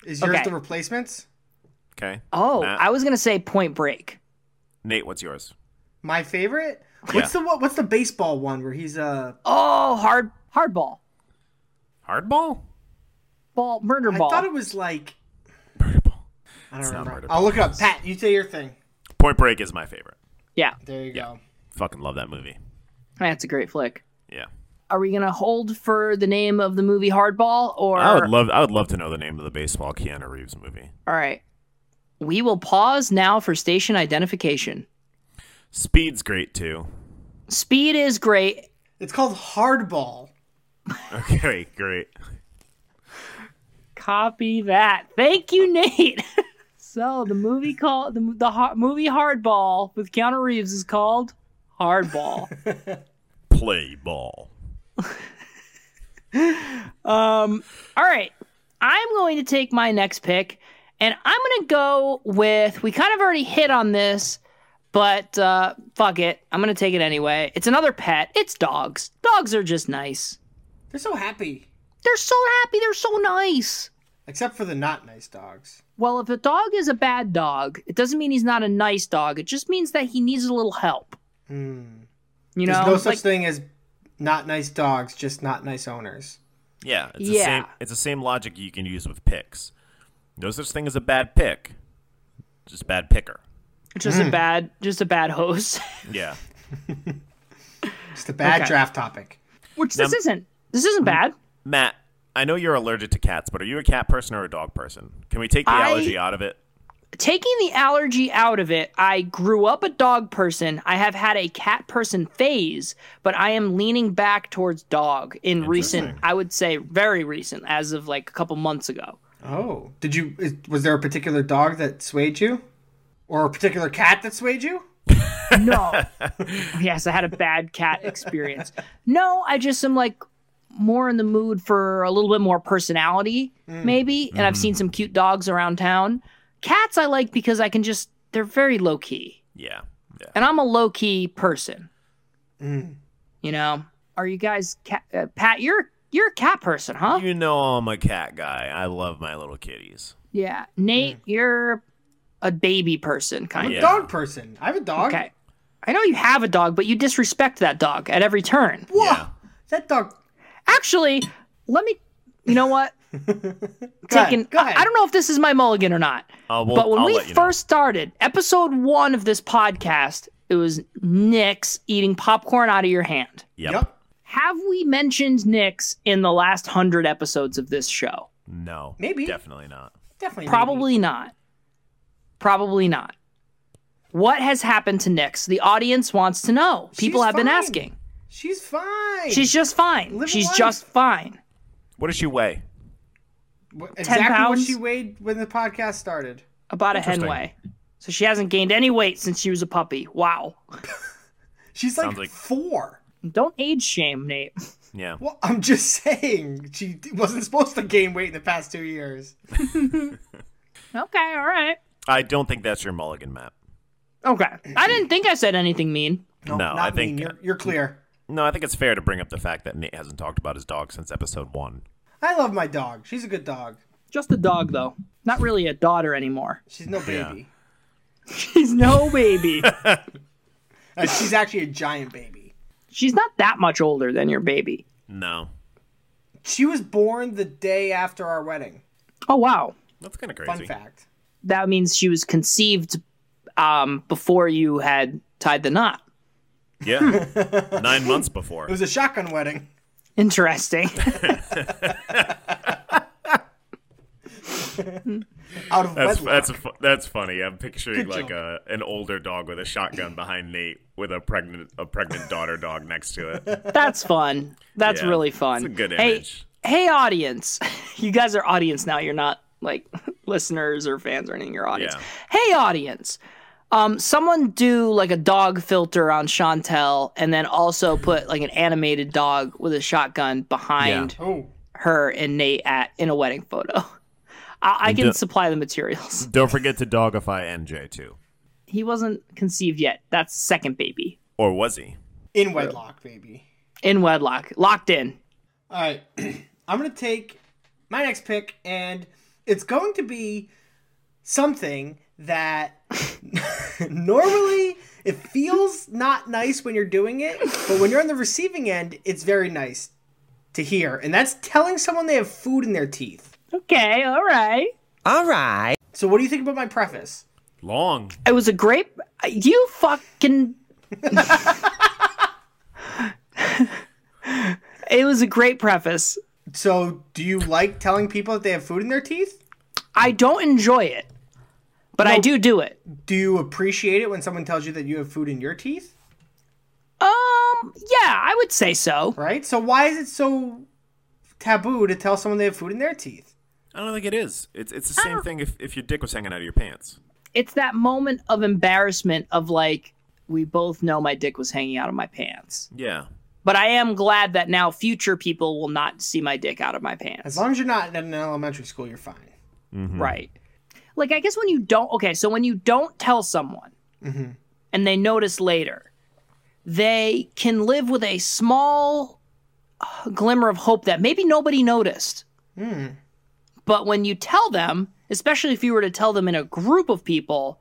[SPEAKER 3] Is yours
[SPEAKER 1] Okay.
[SPEAKER 3] the replacements?
[SPEAKER 2] Okay.
[SPEAKER 1] oh,
[SPEAKER 2] Matt.
[SPEAKER 1] I was gonna say Point Break.
[SPEAKER 2] Nate, what's yours?
[SPEAKER 3] My favorite. What's the what, what's the baseball one where he's uh
[SPEAKER 1] Oh, hard hardball,
[SPEAKER 2] Hardball?
[SPEAKER 1] ball, murder
[SPEAKER 3] I
[SPEAKER 1] ball.
[SPEAKER 3] thought it was like
[SPEAKER 2] Hardball.
[SPEAKER 3] I don't
[SPEAKER 2] not
[SPEAKER 3] remember.
[SPEAKER 2] murder
[SPEAKER 3] I'll look it up. Pat, you say your thing.
[SPEAKER 2] Point Break is my favorite.
[SPEAKER 1] yeah,
[SPEAKER 3] There you go.
[SPEAKER 2] Fucking love that movie.
[SPEAKER 1] that's a great flick.
[SPEAKER 2] Yeah.
[SPEAKER 1] Are we gonna hold for the name of the movie Hardball, or
[SPEAKER 2] I would love I would love to know the name of the baseball Keanu Reeves movie.
[SPEAKER 1] all right? We will pause now for station identification.
[SPEAKER 2] Speed's great too.
[SPEAKER 1] Speed is great.
[SPEAKER 3] It's called Hardball.
[SPEAKER 2] Okay, great.
[SPEAKER 1] Copy that. Thank you, Nate. so the movie called the the har- movie Hardball with Keanu Reeves is called Hardball.
[SPEAKER 2] Play ball.
[SPEAKER 1] All right. I'm going to take my next pick, and I'm going to go with. We kind of already hit on this, but uh, fuck it. I'm going to take it anyway. It's another pet. It's dogs. Dogs are just nice.
[SPEAKER 3] They're so happy,
[SPEAKER 1] They're so happy. They're so nice.
[SPEAKER 3] except for the not nice dogs.
[SPEAKER 1] Well, if a dog is a bad dog, it doesn't mean he's not a nice dog. It just means that he needs a little help. You know,
[SPEAKER 3] Hmm. There's no
[SPEAKER 1] It's
[SPEAKER 3] such
[SPEAKER 1] like-
[SPEAKER 3] thing as not nice dogs, just not nice owners.
[SPEAKER 2] Yeah, it's the
[SPEAKER 1] Yeah.
[SPEAKER 2] same it's the same logic you can use with picks. No such thing as a bad pick. Just bad picker.
[SPEAKER 1] just
[SPEAKER 3] Hmm.
[SPEAKER 1] a bad, just a bad host.
[SPEAKER 2] Yeah.
[SPEAKER 3] Just a bad
[SPEAKER 1] Okay.
[SPEAKER 3] draft topic.
[SPEAKER 1] Which
[SPEAKER 2] Now-
[SPEAKER 1] this isn't. This
[SPEAKER 3] Hmm.
[SPEAKER 1] isn't bad.
[SPEAKER 2] Matt, I know you're allergic to cats, but are you a cat person or a dog person? Can we take the
[SPEAKER 1] I-
[SPEAKER 2] allergy out of it?
[SPEAKER 1] taking the allergy out of it, I grew up a dog person. I have had a cat person phase, but I am leaning back towards dog in recent,
[SPEAKER 2] Interesting.
[SPEAKER 1] I would say very recent, as of like a couple months ago.
[SPEAKER 3] Oh, did you? Is, was there a particular dog that swayed you, or a particular cat that swayed you?
[SPEAKER 1] No. yes, I had a bad cat experience. No, I just am like more in the mood for a little bit more personality, maybe. And I've seen some cute dogs around town. Cats I like because I can just, they're very low key.
[SPEAKER 2] Yeah. Yeah.
[SPEAKER 1] and I'm a low key person.
[SPEAKER 2] Mm.
[SPEAKER 1] You know, are you guys cat, uh, Pat? You're you're a cat person, huh?
[SPEAKER 2] You know I'm a cat guy. I love my little kitties.
[SPEAKER 1] yeah. Nate, you're a baby person, kind
[SPEAKER 2] Mm. Yeah.
[SPEAKER 1] of.
[SPEAKER 3] Dog person. I have a dog.
[SPEAKER 1] Okay. I know you have a dog, but you disrespect that dog at every turn.
[SPEAKER 3] Whoa,
[SPEAKER 2] Yeah.
[SPEAKER 3] that dog.
[SPEAKER 1] Actually, let me. You know what?
[SPEAKER 3] Go ahead,
[SPEAKER 1] Taking.
[SPEAKER 3] go ahead.
[SPEAKER 1] I, I don't know if this is my mulligan or not.
[SPEAKER 2] Uh, well,
[SPEAKER 1] but when
[SPEAKER 2] I'll
[SPEAKER 1] we
[SPEAKER 2] let you
[SPEAKER 1] first
[SPEAKER 2] know.
[SPEAKER 1] started episode one of this podcast, it was Nick's eating popcorn out of your hand.
[SPEAKER 2] Yep.
[SPEAKER 3] Yep.
[SPEAKER 1] Have we mentioned Nyx in the last hundred episodes of this show?
[SPEAKER 2] No.
[SPEAKER 3] Maybe.
[SPEAKER 2] Definitely not.
[SPEAKER 3] Definitely. maybe.
[SPEAKER 1] Probably not. Probably not. What has happened to Nyx? The audience wants to know. People
[SPEAKER 3] She's
[SPEAKER 1] have been
[SPEAKER 3] fine.
[SPEAKER 1] asking.
[SPEAKER 3] She's fine.
[SPEAKER 1] She's just fine.
[SPEAKER 3] Live a
[SPEAKER 1] She's
[SPEAKER 3] life.
[SPEAKER 1] just fine.
[SPEAKER 2] What does she weigh?
[SPEAKER 3] Wh- exactly what
[SPEAKER 1] pounds.
[SPEAKER 3] she weighed when the podcast started.
[SPEAKER 1] About a henway. So she hasn't gained any weight since she was a puppy. Wow.
[SPEAKER 3] She's like,
[SPEAKER 2] Sounds like-
[SPEAKER 3] four.
[SPEAKER 1] Don't age shame, Nate.
[SPEAKER 2] Yeah.
[SPEAKER 3] Well, I'm just saying she d- wasn't supposed to gain weight in the past two years.
[SPEAKER 1] Okay, all right.
[SPEAKER 2] I don't think that's your mulligan, Matt.
[SPEAKER 1] Okay. I didn't think I said anything mean.
[SPEAKER 2] No,
[SPEAKER 3] not
[SPEAKER 2] I
[SPEAKER 3] me.
[SPEAKER 2] think-
[SPEAKER 3] you're, you're clear.
[SPEAKER 2] No, I think it's fair to bring up the fact that Nate hasn't talked about his dog since episode one.
[SPEAKER 3] I love my dog. She's a good dog.
[SPEAKER 1] Just a dog, though. Not really a daughter anymore.
[SPEAKER 3] She's no baby.
[SPEAKER 1] She's no baby.
[SPEAKER 3] Uh, she's actually a giant baby.
[SPEAKER 1] She's not that much older than your baby.
[SPEAKER 2] No,
[SPEAKER 3] She was born the day after our wedding.
[SPEAKER 1] Oh, wow.
[SPEAKER 2] that's kind of
[SPEAKER 3] Fun
[SPEAKER 2] crazy.
[SPEAKER 3] fact.
[SPEAKER 1] That means she was conceived um, before you had tied the knot.
[SPEAKER 2] Yeah, nine months before.
[SPEAKER 3] It was a shotgun wedding.
[SPEAKER 1] Interesting.
[SPEAKER 3] Out of
[SPEAKER 2] That's
[SPEAKER 3] wedlock.
[SPEAKER 2] that's fu- that's funny. I'm picturing
[SPEAKER 3] Good
[SPEAKER 2] like a an older dog with a shotgun behind Nate with a pregnant a pregnant daughter dog next to it.
[SPEAKER 1] That's fun. That's
[SPEAKER 2] Yeah,
[SPEAKER 1] really fun.
[SPEAKER 2] it's a good
[SPEAKER 1] hey,
[SPEAKER 2] image.
[SPEAKER 1] Hey, audience. You guys are audience now. You're not like listeners or fans or anything. You're audience.
[SPEAKER 2] Yeah.
[SPEAKER 1] Hey, audience. Um, someone do like a dog filter on Chantel, and then also put like an animated dog with a shotgun behind
[SPEAKER 3] Oh,
[SPEAKER 1] her and Nate at in a wedding photo. I, I can
[SPEAKER 2] do-
[SPEAKER 1] supply the materials.
[SPEAKER 2] Don't forget to dogify NJ too,
[SPEAKER 1] He wasn't conceived yet. That's second baby
[SPEAKER 2] or was he?
[SPEAKER 3] in wedlock, baby.
[SPEAKER 1] in wedlock, locked in.
[SPEAKER 3] All right. I'm going to take my next pick, and it's going to be something that normally it feels not nice when you're doing it, but when you're on the receiving end, it's very nice to hear. And that's telling someone they have food in their teeth.
[SPEAKER 1] Okay, all right.
[SPEAKER 3] So, what do you think about my preface?
[SPEAKER 2] Long.
[SPEAKER 1] It was a great. You fucking. it was a great preface.
[SPEAKER 3] So, do you like telling people that they have food in their teeth?
[SPEAKER 1] I don't enjoy it, but I do do it.
[SPEAKER 3] Do you appreciate it when someone tells you that you have food in your teeth?
[SPEAKER 1] Um, yeah, I would say so.
[SPEAKER 3] Right? So, why is it so taboo to tell someone they have food in their teeth?
[SPEAKER 2] I don't think it is. It's it's the same thing if, if your dick was hanging out of your pants.
[SPEAKER 1] It's that moment of embarrassment of like, we both know my dick was hanging out of my pants.
[SPEAKER 2] Yeah.
[SPEAKER 1] But I am glad that now future people will not see my dick out of my pants.
[SPEAKER 3] As long as you're not in an elementary school, you're fine.
[SPEAKER 1] Right. Like I guess when you don't okay, so when you don't tell someone and they notice later, they can live with a small uh, glimmer of hope that maybe nobody noticed. But when you tell them, especially if you were to tell them in a group of people,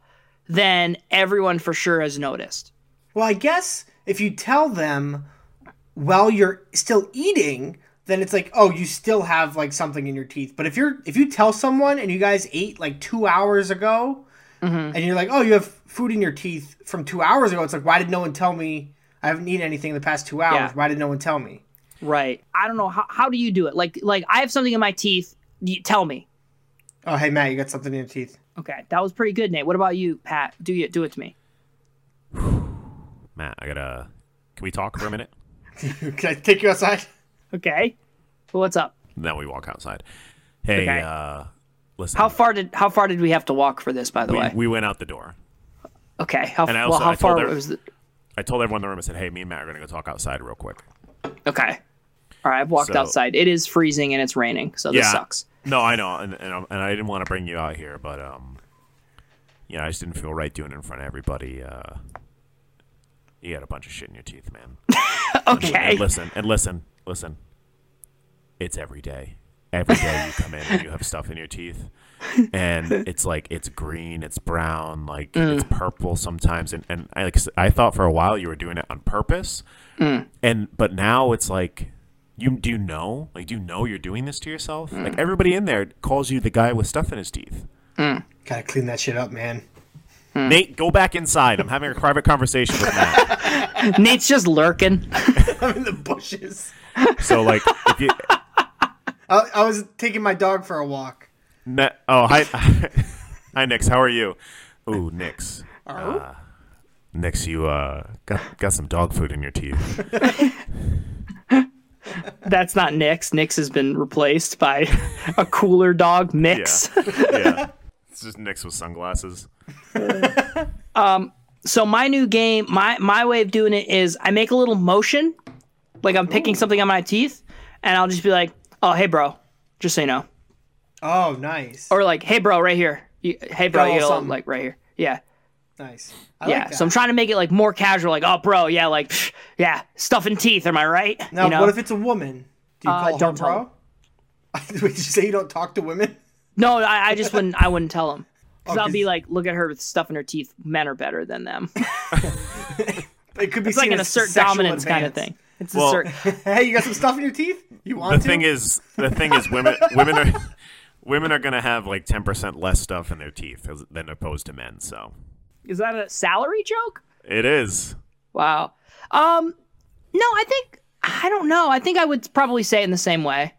[SPEAKER 1] then everyone for sure has noticed.
[SPEAKER 3] Well, I guess if you tell them while you're still eating, then it's like, oh, you still have like something in your teeth. But if you're if you tell someone and you guys ate like two hours ago, and you're like, oh, you have food in your teeth from two hours ago, it's like, why did no one tell me? I haven't eaten anything in the past two hours.
[SPEAKER 1] Yeah.
[SPEAKER 3] Why did no one tell me?
[SPEAKER 1] Right. I don't know how how do you do it? Like like I have something in my teeth, you, tell me.
[SPEAKER 3] Oh, hey Matt, you got something in your teeth.
[SPEAKER 1] Okay, that was pretty good, Nate. What about you, Pat? Do you do it to me?
[SPEAKER 2] Matt, I gotta. Can we talk for a minute?
[SPEAKER 3] Can I take you outside?
[SPEAKER 1] Okay. Well, what's up?
[SPEAKER 2] then we walk outside. Hey,
[SPEAKER 1] Okay.
[SPEAKER 2] uh, listen.
[SPEAKER 1] How far did how far did we have to walk for this? By the
[SPEAKER 2] we,
[SPEAKER 1] way,
[SPEAKER 2] we went out the door.
[SPEAKER 1] okay. How,
[SPEAKER 2] and I
[SPEAKER 1] well,
[SPEAKER 2] also-
[SPEAKER 1] how
[SPEAKER 2] I told
[SPEAKER 1] far
[SPEAKER 2] her-
[SPEAKER 1] was the,
[SPEAKER 2] I told everyone in the room. I said, "Hey, me and Matt are gonna go talk outside real quick."
[SPEAKER 1] okay? All right, I've walked
[SPEAKER 2] So-
[SPEAKER 1] outside. It is freezing and it's raining, so this sucks.
[SPEAKER 2] No, I know, and and, I'm- and I didn't want to bring you out here, but um, you know, I just didn't feel right doing it in front of everybody. Uh, you got a bunch of shit in your teeth, man.
[SPEAKER 1] Okay,
[SPEAKER 2] And listen, and listen, listen. It's every day. Every day you come in and you have stuff in your teeth. And it's like it's green, it's brown, like it's purple sometimes. And and I like s- I thought for a while you were doing it on purpose. And but now it's like you do you know? Like do you know you're doing this to yourself? Like everybody in there calls you the guy with stuff in his teeth.
[SPEAKER 3] Gotta clean that shit up, man.
[SPEAKER 2] Nate, go back inside. I'm having a private conversation with Matt.
[SPEAKER 1] Nate's just lurking.
[SPEAKER 3] I'm in the bushes.
[SPEAKER 2] So like if you
[SPEAKER 3] I, I was taking my dog for a walk.
[SPEAKER 2] Ne- oh, hi, hi, Nix. How are you? Ooh, Nix. Uh, Nix, you uh, got got some dog food in your teeth.
[SPEAKER 1] That's not Nix. Nix has been replaced by a cooler dog, Mix.
[SPEAKER 2] yeah. It's just Nix with sunglasses.
[SPEAKER 1] So my new game, my my way of doing it is I make a little motion, like I'm picking something on my teeth, and I'll just be like, "Oh, hey, bro," just so you know.
[SPEAKER 3] Oh, nice.
[SPEAKER 1] or like, hey, bro, right here. You, hey, bro,
[SPEAKER 3] Throw
[SPEAKER 1] you know,
[SPEAKER 3] something.
[SPEAKER 1] like right here. Yeah.
[SPEAKER 3] Nice. I
[SPEAKER 1] yeah,
[SPEAKER 3] like that.
[SPEAKER 1] so I'm trying to make it like more casual, like, oh, bro, yeah, like, psh, yeah, stuffing teeth. Am I right?
[SPEAKER 3] now,
[SPEAKER 1] you know?
[SPEAKER 3] what if it's a woman? Do you
[SPEAKER 1] Uh,
[SPEAKER 3] call her
[SPEAKER 1] don't
[SPEAKER 3] bro? Wait, did you say you don't talk to women?
[SPEAKER 1] no, I, I just wouldn't. I wouldn't tell him. Cause
[SPEAKER 3] Oh,
[SPEAKER 1] I'll
[SPEAKER 3] 'cause-
[SPEAKER 1] be like, look at her with stuff in her teeth. Men are better than them.
[SPEAKER 3] It could be
[SPEAKER 1] It's like
[SPEAKER 3] seen
[SPEAKER 1] an
[SPEAKER 3] as
[SPEAKER 1] assert
[SPEAKER 3] sexual
[SPEAKER 1] dominance kind of thing.
[SPEAKER 3] advance.
[SPEAKER 1] It's
[SPEAKER 2] Well,
[SPEAKER 1] assert.
[SPEAKER 3] hey, you got some stuff in your teeth? You want
[SPEAKER 2] the
[SPEAKER 3] to?
[SPEAKER 2] thing is, the thing is, women women are women are gonna have like ten percent less stuff in their teeth as, than opposed to men. So
[SPEAKER 1] Is that a salary joke?
[SPEAKER 2] it is.
[SPEAKER 1] Wow. Um, no, I think I don't know. I think I would probably say it in the same way.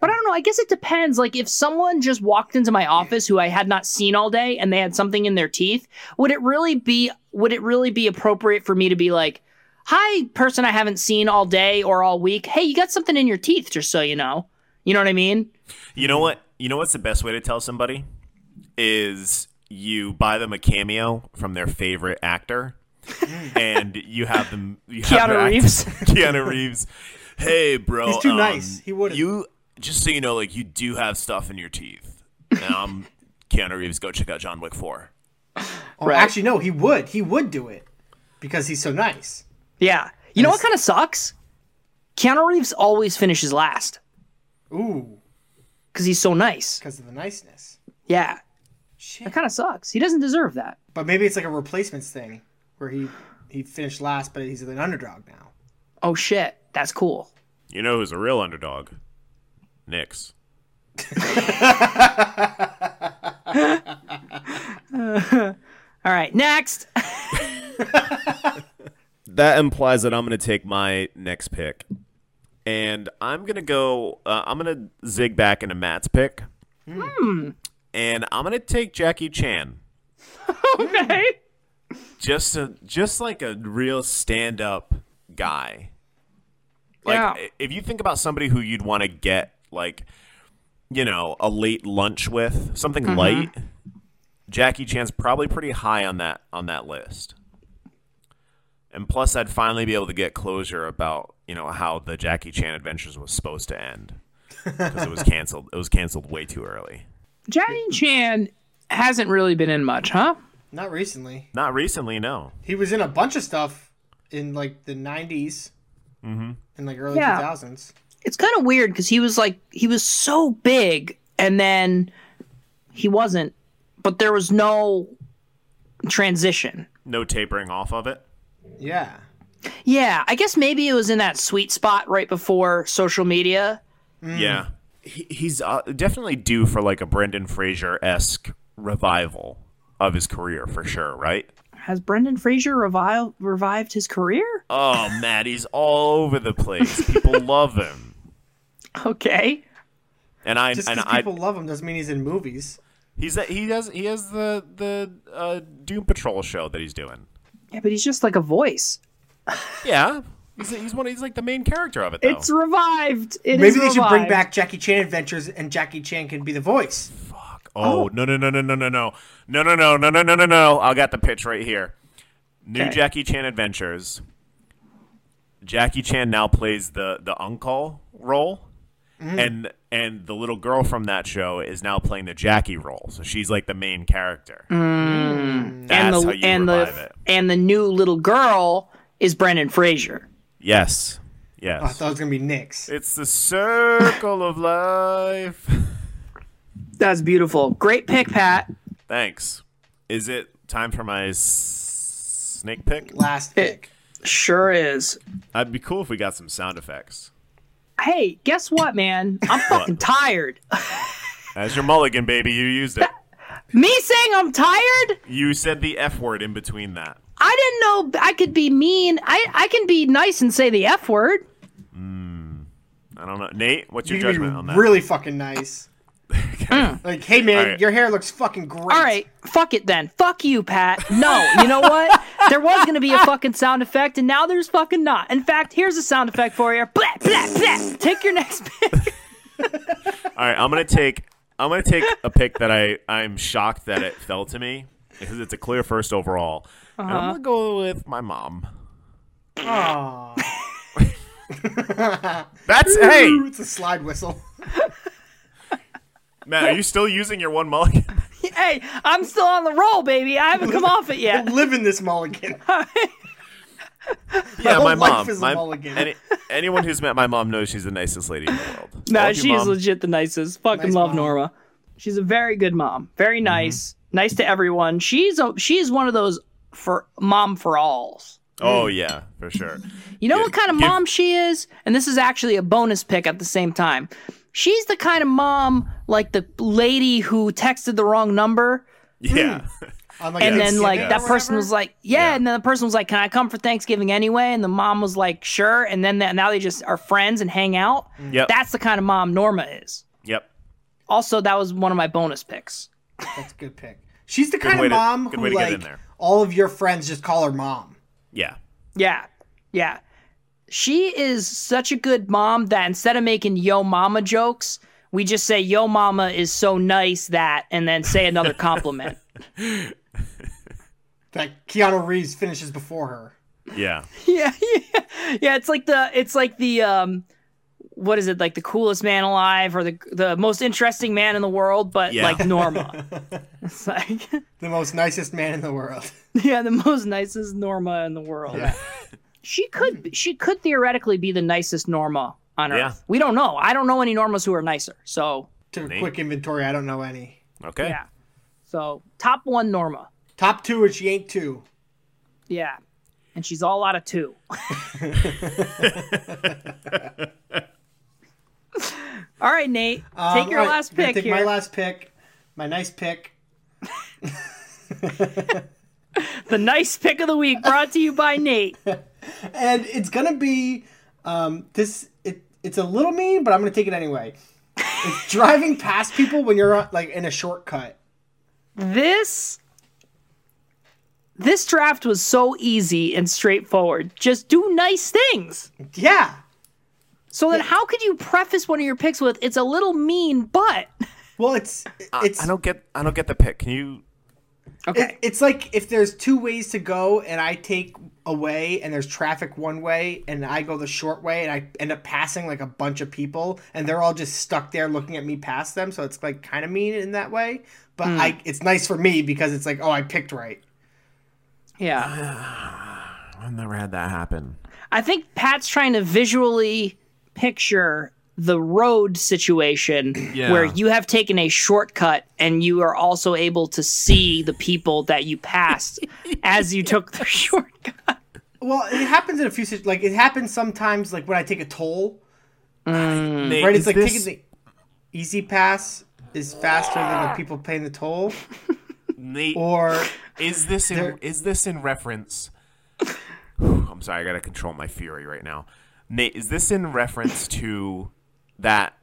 [SPEAKER 1] But I don't know. I guess it depends. Like if someone just walked into my office who I had not seen all day and they had something in their teeth, would it really be would it really be appropriate for me to be like, "Hi, person I haven't seen all day or all week. Hey, you got something in your teeth just so you know." You know what I mean?
[SPEAKER 2] You know what? You know what's the best way to tell somebody is you buy them a cameo from their favorite actor, and you have them. You have
[SPEAKER 1] Keanu
[SPEAKER 2] them act-
[SPEAKER 1] Reeves.
[SPEAKER 2] Keanu Reeves. Hey, bro.
[SPEAKER 3] He's too
[SPEAKER 2] um,
[SPEAKER 3] nice. He wouldn't.
[SPEAKER 2] You just so you know, like you do have stuff in your teeth. Um, Keanu Reeves, go check out John Wick Four.
[SPEAKER 3] Or
[SPEAKER 1] Right.
[SPEAKER 3] Oh, actually, no, he would. He would do it because he's so nice.
[SPEAKER 1] Yeah. You know what kind of sucks? Keanu Reeves always finishes last
[SPEAKER 3] Ooh,
[SPEAKER 1] cuz he's so nice.
[SPEAKER 3] because of the niceness.
[SPEAKER 1] Yeah.
[SPEAKER 3] Shit.
[SPEAKER 1] That kind of sucks. He doesn't deserve that.
[SPEAKER 3] But maybe it's like a replacements thing where he he finished last, but he's an underdog now.
[SPEAKER 1] oh shit, that's cool.
[SPEAKER 2] You know who's a real underdog? Nix.
[SPEAKER 1] All right, next.
[SPEAKER 2] that implies that I'm going to take my next pick, and I'm going to go. Uh, I'm going to zig back into Matt's pick, and I'm going to take Jackie Chan
[SPEAKER 1] okay.
[SPEAKER 2] just a, just like a real stand up guy. Like
[SPEAKER 1] Yeah.
[SPEAKER 2] i- if you think about somebody who you'd want to get like you know, a late lunch with, something light, Jackie Chan's probably pretty high on that on that list. And plus I'd finally be able to get closure about, you know, how the Jackie Chan adventures was supposed to end. Cuz it was canceled. It was canceled way too early.
[SPEAKER 1] Jackie Chan hasn't really been in much, huh?
[SPEAKER 3] Not recently.
[SPEAKER 2] Not recently, no.
[SPEAKER 3] He was in a bunch of stuff in like the '90s
[SPEAKER 2] Mm-hmm.
[SPEAKER 3] and like early
[SPEAKER 1] Yeah.
[SPEAKER 3] 2000s.
[SPEAKER 1] It's kind of weird because he was like he was so big and then he wasn't, but there was no transition.
[SPEAKER 2] No tapering off of it.
[SPEAKER 3] Yeah.
[SPEAKER 1] Yeah, I guess maybe it was in that sweet spot right before social media.
[SPEAKER 2] Yeah, Mm. he, he's uh, definitely due for like a Brendan Fraser esque revival of his career for sure, right?
[SPEAKER 1] Has Brendan Fraser revived revived his career?
[SPEAKER 2] Oh, Matt, he's all over the place. People love him,
[SPEAKER 1] Okay.
[SPEAKER 2] and I
[SPEAKER 3] Just
[SPEAKER 2] and
[SPEAKER 3] because
[SPEAKER 2] I
[SPEAKER 3] people love him doesn't mean he's in movies.
[SPEAKER 2] he's a- he has he has the the uh, Doom Patrol show that he's doing.
[SPEAKER 1] Yeah, but he's just like a voice.
[SPEAKER 2] Yeah, he's he's one he's like the main character of it though.
[SPEAKER 1] It's revived. It
[SPEAKER 3] Oh. Maybe
[SPEAKER 1] is
[SPEAKER 3] they should bring
[SPEAKER 1] revived.
[SPEAKER 3] back Jackie Chan Adventures, and Jackie Chan can be the voice.
[SPEAKER 2] Oh, no, no, no, no, no, no, no, no, no, no, no, no, no, no, no. I got the pitch right here. New
[SPEAKER 1] Okay.
[SPEAKER 2] Jackie Chan Adventures. Jackie Chan now plays the the uncle role, and and the little girl from that show is now playing the Jackie role, so she's like the main character. That's
[SPEAKER 1] and the
[SPEAKER 2] how you
[SPEAKER 1] and the
[SPEAKER 2] revive it.
[SPEAKER 1] and the new little girl is Brendan Fraser.
[SPEAKER 2] Yes,
[SPEAKER 3] I
[SPEAKER 2] yes.
[SPEAKER 3] thought it was gonna be Nick's.
[SPEAKER 2] It's the circle of life.
[SPEAKER 1] That's beautiful. Great pick, Pat.
[SPEAKER 2] Thanks. Is it time for my s- snake pick?
[SPEAKER 3] Last pick.
[SPEAKER 1] Sure is.
[SPEAKER 2] I'd be cool if we got some sound effects.
[SPEAKER 1] Hey, guess what, man? I'm fucking tired.
[SPEAKER 2] As your mulligan, baby, you used it.
[SPEAKER 1] Me saying I'm tired?
[SPEAKER 2] You said the F word in between that.
[SPEAKER 1] I didn't know I could be mean. I I can be nice and say the F word.
[SPEAKER 2] I don't know. Nate, what's your
[SPEAKER 3] You
[SPEAKER 2] judgment
[SPEAKER 3] can
[SPEAKER 2] on
[SPEAKER 3] be
[SPEAKER 2] that?
[SPEAKER 3] really fucking nice. Like, hey man,
[SPEAKER 2] Alright.
[SPEAKER 3] your hair looks fucking great.
[SPEAKER 1] Hmm. All right, fuck it then. Fuck you, Pat. No, you know what? there was gonna be a fucking sound effect, and now there's fucking not. In fact, here's a sound effect for you. Blah, blah, blah. Take your next pick.
[SPEAKER 2] All right, I'm gonna take I'm gonna take a pick that I I'm shocked that it fell to me because it's a clear first overall. And
[SPEAKER 1] Uh-huh.
[SPEAKER 2] I'm gonna go with my mom.
[SPEAKER 3] Aw.
[SPEAKER 2] That's hey,
[SPEAKER 3] It's a slide whistle.
[SPEAKER 2] Matt. Are you still using your one mulligan?
[SPEAKER 1] hey, I'm still on the roll, baby. I haven't come off it yet.
[SPEAKER 3] Living this mulligan.
[SPEAKER 2] yeah,
[SPEAKER 3] whole
[SPEAKER 2] my
[SPEAKER 3] life
[SPEAKER 2] mom.
[SPEAKER 3] is a
[SPEAKER 2] my-
[SPEAKER 3] mulligan.
[SPEAKER 2] any- anyone who's met my mom knows she's the nicest lady in the world. I
[SPEAKER 1] No,
[SPEAKER 2] love you,
[SPEAKER 1] she's
[SPEAKER 2] Mom.
[SPEAKER 1] legit the nicest. Fucking
[SPEAKER 3] Nice
[SPEAKER 1] love
[SPEAKER 3] mom.
[SPEAKER 1] Norma. She's a very good mom.
[SPEAKER 2] Mm-hmm.
[SPEAKER 1] Very nice. Nice to everyone. She's a, she's one of those for mom for alls.
[SPEAKER 2] Oh yeah, for sure.
[SPEAKER 1] You know
[SPEAKER 2] Yeah,
[SPEAKER 1] what kind of
[SPEAKER 2] give-
[SPEAKER 1] mom she is? And this is actually a bonus pick at the same time. She's the kind of mom like the lady who texted the wrong number
[SPEAKER 2] Yeah.
[SPEAKER 3] On, like,
[SPEAKER 1] and then
[SPEAKER 3] Thanksgiving
[SPEAKER 1] like
[SPEAKER 3] or
[SPEAKER 1] that person
[SPEAKER 3] whatever.
[SPEAKER 1] was like, yeah,
[SPEAKER 2] Yeah.
[SPEAKER 1] and then the person was like, "Can I come for Thanksgiving anyway?" And the mom was like, "Sure." And then that, now they just are friends and hang out.
[SPEAKER 2] Yep.
[SPEAKER 1] That's the kind of mom Norma is.
[SPEAKER 2] yep.
[SPEAKER 1] Also, that was one of my bonus picks.
[SPEAKER 3] That's a good pick. She's the kind
[SPEAKER 2] way
[SPEAKER 3] of
[SPEAKER 2] to-
[SPEAKER 3] mom
[SPEAKER 2] good
[SPEAKER 3] who
[SPEAKER 2] way to get in
[SPEAKER 3] like
[SPEAKER 2] there.
[SPEAKER 3] all of your friends just call her mom.
[SPEAKER 2] Yeah.
[SPEAKER 1] Yeah. Yeah. She is such a good mom that instead of making yo mama jokes, we just say yo mama is so nice that and then say another compliment.
[SPEAKER 3] That Keanu Reeves finishes before her.
[SPEAKER 2] Yeah.
[SPEAKER 1] yeah, yeah. Yeah, it's like the it's like the um what is it? Like the coolest man alive or the the most interesting man in the world, but
[SPEAKER 2] Yeah.
[SPEAKER 1] like Norma. it's like
[SPEAKER 3] The most nicest man in the world.
[SPEAKER 1] yeah, the most nicest Norma in the world.
[SPEAKER 3] Yeah.
[SPEAKER 1] She
[SPEAKER 3] Hmm.
[SPEAKER 1] could be- she could theoretically be the nicest Norma on earth.
[SPEAKER 2] Yeah.
[SPEAKER 1] We don't know. I don't know any Normas who are nicer. So
[SPEAKER 3] Took a
[SPEAKER 2] Neat.
[SPEAKER 3] quick inventory. I don't know any.
[SPEAKER 2] Okay.
[SPEAKER 1] yeah. So top one Norma.
[SPEAKER 3] Top two, which she ain't two.
[SPEAKER 1] Yeah. And she's all out of two. all right, Nate. take
[SPEAKER 3] Um,
[SPEAKER 1] your
[SPEAKER 3] all right,
[SPEAKER 1] last
[SPEAKER 3] gonna
[SPEAKER 1] pick
[SPEAKER 3] Take
[SPEAKER 1] here.
[SPEAKER 3] my last pick. My nice pick.
[SPEAKER 1] the nice pick of the week brought to you by Nate.
[SPEAKER 3] and it's gonna be um, this. It, it's a little mean, but I'm gonna take it anyway. It's driving past people when you're uh, like in a shortcut.
[SPEAKER 1] This this draft was so easy and straightforward. Just do nice things.
[SPEAKER 3] Yeah,
[SPEAKER 1] So then how could you preface one of your picks with it's a little mean, but
[SPEAKER 3] well, it's it's
[SPEAKER 2] I don't get. I don't get the pick. Can you?
[SPEAKER 1] Okay.
[SPEAKER 3] it, it's like if there's two ways to go, and I take away, and there's traffic one way, and I go the short way, and I end up passing like a bunch of people, and they're all just stuck there looking at me past them. So it's like kind of mean in that way, but
[SPEAKER 2] Hmm.
[SPEAKER 3] I it's nice for me because it's like oh I picked right.
[SPEAKER 1] yeah.
[SPEAKER 2] I've never had that happen.
[SPEAKER 1] I think Pat's trying to visually picture the road situation
[SPEAKER 2] Yeah.
[SPEAKER 1] where you have taken a shortcut and you are also able to see the people that you passed as you took the shortcut.
[SPEAKER 3] Well, it happens in a few situations. Like it happens sometimes, like when I take a toll,
[SPEAKER 2] Nate,
[SPEAKER 3] right?
[SPEAKER 2] is
[SPEAKER 3] it's like
[SPEAKER 2] this-
[SPEAKER 3] taking the easy pass is faster than the people paying the toll,
[SPEAKER 2] Nate,
[SPEAKER 3] or
[SPEAKER 2] is this in, is this in reference? I'm sorry, I gotta control my fury right now. Nate, is this in reference to that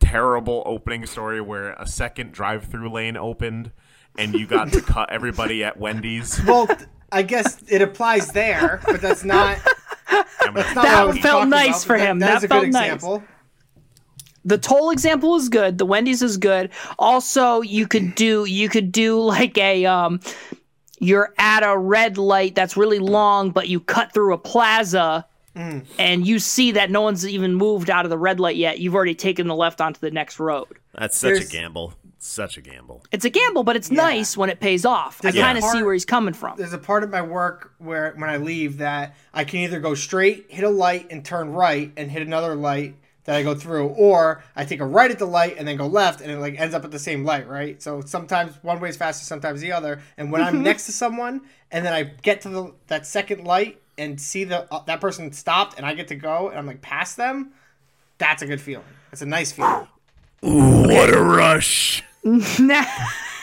[SPEAKER 2] terrible opening story where a second drive-through lane opened and you got to cut everybody at Wendy's?
[SPEAKER 3] well, th- I guess it applies there, but that's not.
[SPEAKER 2] I'm
[SPEAKER 3] Not
[SPEAKER 2] gonna-
[SPEAKER 1] That
[SPEAKER 3] what I was
[SPEAKER 1] felt
[SPEAKER 3] talking
[SPEAKER 1] nice
[SPEAKER 3] about, but
[SPEAKER 1] for him.
[SPEAKER 3] That,
[SPEAKER 1] That
[SPEAKER 3] is a
[SPEAKER 1] felt
[SPEAKER 3] good
[SPEAKER 1] nice.
[SPEAKER 3] example.
[SPEAKER 1] The toll example is good, the Wendy's is good. Also, you could do you could do like a um you're at a red light that's really long but you cut through a plaza and you see that no one's even moved out of the red light yet. You've already taken the left onto the next road.
[SPEAKER 2] That's such
[SPEAKER 3] There's-
[SPEAKER 2] a gamble. Such a gamble.
[SPEAKER 1] it's a gamble, but it's nice when it pays off. I
[SPEAKER 3] a
[SPEAKER 1] kind of
[SPEAKER 3] part-
[SPEAKER 1] see where he's coming from.
[SPEAKER 3] There's a part of my work where when I leave that I can either go straight, hit a light, and turn right, and hit another light that I go through, or I take a right at the light and then go left, and it like ends up at the same light, right? So sometimes one way is faster, sometimes the other. And when I'm next to someone, and then I get to the that second light and see the uh, that person stopped, and I get to go, and I'm like past them. That's a good feeling. That's a nice feeling.
[SPEAKER 2] What a rush!
[SPEAKER 1] Now,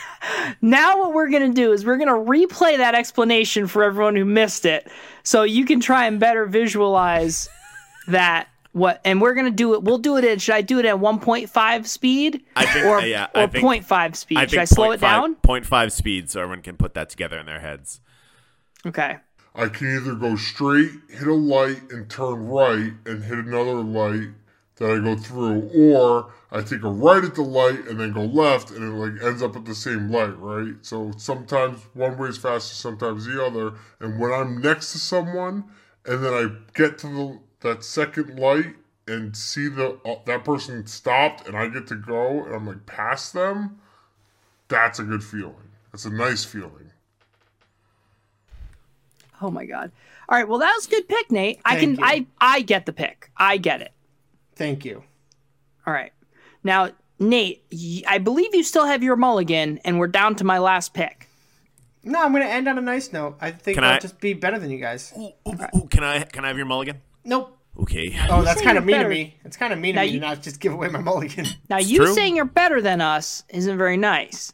[SPEAKER 1] now what we're going to do is we're going to replay that explanation for everyone who missed it so you can try and better visualize that what and we're going to do it we'll do it in should I do it at 1.5 speed
[SPEAKER 2] I think
[SPEAKER 1] or,
[SPEAKER 2] yeah,
[SPEAKER 1] or
[SPEAKER 2] I think,
[SPEAKER 1] 0.5 speed?
[SPEAKER 2] I
[SPEAKER 1] should
[SPEAKER 2] think
[SPEAKER 1] I slow it
[SPEAKER 2] 0.5
[SPEAKER 1] down?
[SPEAKER 2] 0.5 speed, so everyone can put that together in their heads.
[SPEAKER 1] Okay.
[SPEAKER 4] I can either go straight, hit a light, and turn right, and hit another light that I go through, or I take a right at the light and then go left, and it like ends up at the same light, right? So sometimes one way is faster, sometimes the other. And when I'm next to someone, and then I get to the that second light and see the uh, that person stopped, and I get to go, and I'm like past them. That's a good feeling. That's a nice feeling.
[SPEAKER 1] Oh my god. All right, well that was a good pick, Nate. I can
[SPEAKER 3] Thank you.
[SPEAKER 1] I I get the pick. I get it.
[SPEAKER 3] Thank you.
[SPEAKER 1] All right. Now, Nate, y- I believe you still have your mulligan and we're down to my last pick.
[SPEAKER 3] No, I'm gonna end on a nice note. I think
[SPEAKER 2] Can
[SPEAKER 3] I'll
[SPEAKER 2] I-
[SPEAKER 3] just be better than you guys.
[SPEAKER 2] Ooh, ooh, ooh, can I can I have your mulligan?
[SPEAKER 3] Nope.
[SPEAKER 2] Okay.
[SPEAKER 3] Oh, that's
[SPEAKER 1] say
[SPEAKER 3] kind
[SPEAKER 1] you're
[SPEAKER 3] of mean
[SPEAKER 1] better.
[SPEAKER 3] to me. It's kind of mean
[SPEAKER 1] Now
[SPEAKER 3] to me
[SPEAKER 1] you-
[SPEAKER 3] to not just give away my mulligan.
[SPEAKER 1] Now you
[SPEAKER 2] true.
[SPEAKER 1] saying you're better than us isn't very nice.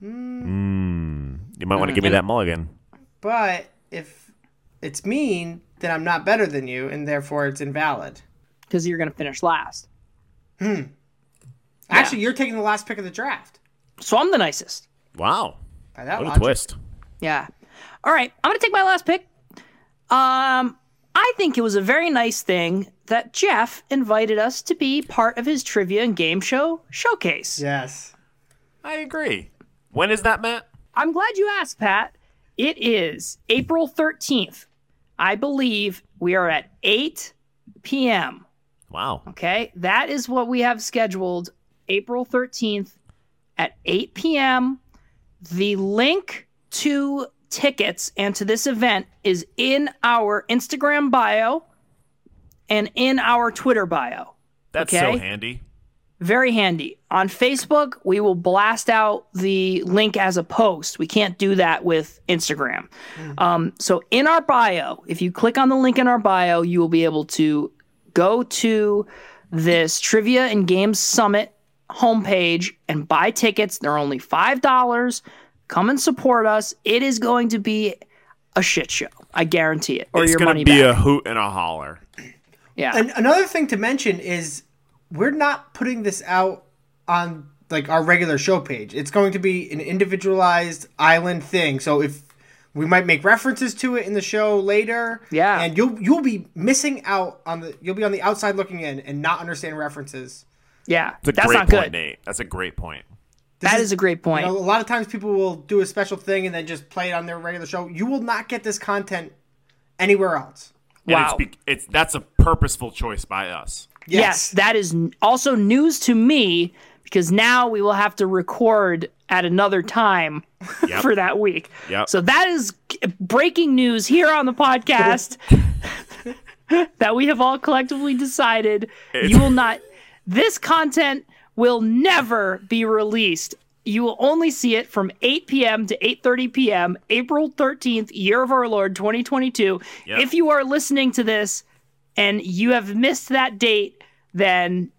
[SPEAKER 2] Hmm, You might want to give me that mulligan.
[SPEAKER 3] But if it's mean, then I'm not better than you, and therefore it's invalid.
[SPEAKER 1] Because you're gonna finish last.
[SPEAKER 3] Actually, you're taking the last pick of the draft.
[SPEAKER 1] So I'm the nicest.
[SPEAKER 2] Wow.
[SPEAKER 3] By that
[SPEAKER 2] What a
[SPEAKER 3] logic.
[SPEAKER 2] twist.
[SPEAKER 1] Yeah. All right, I'm going to take my last pick. Um I think it was a very nice thing that Jeff invited us to be part of his trivia and game show showcase.
[SPEAKER 3] Yes.
[SPEAKER 2] I agree. When is that, Matt?
[SPEAKER 1] I'm glad you asked, Pat. It is April 13th. I believe we are at 8 p.m.
[SPEAKER 2] Wow.
[SPEAKER 1] Okay. That is what we have scheduled April 13th at 8 p.m. The link to tickets and to this event is in our Instagram bio and in our Twitter bio
[SPEAKER 2] That's
[SPEAKER 1] Okay.
[SPEAKER 2] so handy.
[SPEAKER 1] very handy. On Facebook, we will blast out the link as a post. We can't do that with Instagram.
[SPEAKER 3] Hmm.
[SPEAKER 1] Um, so, in our bio, if you click on the link in our bio, you will be able to go to this Trivia and Games Summit homepage and buy tickets. They're only $5. Come and support us. It is going to be a shit show. I guarantee it. Or
[SPEAKER 2] it's
[SPEAKER 1] your
[SPEAKER 2] gonna
[SPEAKER 1] money
[SPEAKER 2] be
[SPEAKER 1] back.
[SPEAKER 2] a hoot and a holler.
[SPEAKER 1] yeah.
[SPEAKER 3] And another thing to mention is we're not putting this out on like our regular show page. It's going to be an individualized island thing. So if we might make references to it in the show later.
[SPEAKER 1] Yeah.
[SPEAKER 3] And you'll you'll be missing out on the you'll be on the outside looking in and not understand references.
[SPEAKER 1] yeah.
[SPEAKER 2] It's a
[SPEAKER 1] That's
[SPEAKER 2] great
[SPEAKER 1] not
[SPEAKER 2] point,
[SPEAKER 1] good.
[SPEAKER 2] Nate. That's a great point.
[SPEAKER 1] That is a great point.
[SPEAKER 3] You know, a lot of times people will do a special thing and then just play it on their regular show. You will not get this content anywhere else.
[SPEAKER 2] And
[SPEAKER 1] wow.
[SPEAKER 2] It's, be- it's that's a purposeful choice by us.
[SPEAKER 1] Yes, that is n- also news to me because now we will have to record at another time
[SPEAKER 2] Yep.
[SPEAKER 1] for that week.
[SPEAKER 2] Yep.
[SPEAKER 1] So that is g- breaking news here on the podcast that we have all collectively decided you will not this content will never be released. You will only see it from 8 p.m. to 8:30 p.m. April 13th, year of our Lord 2022.
[SPEAKER 2] Yep.
[SPEAKER 1] If you are listening to this and you have missed that date, then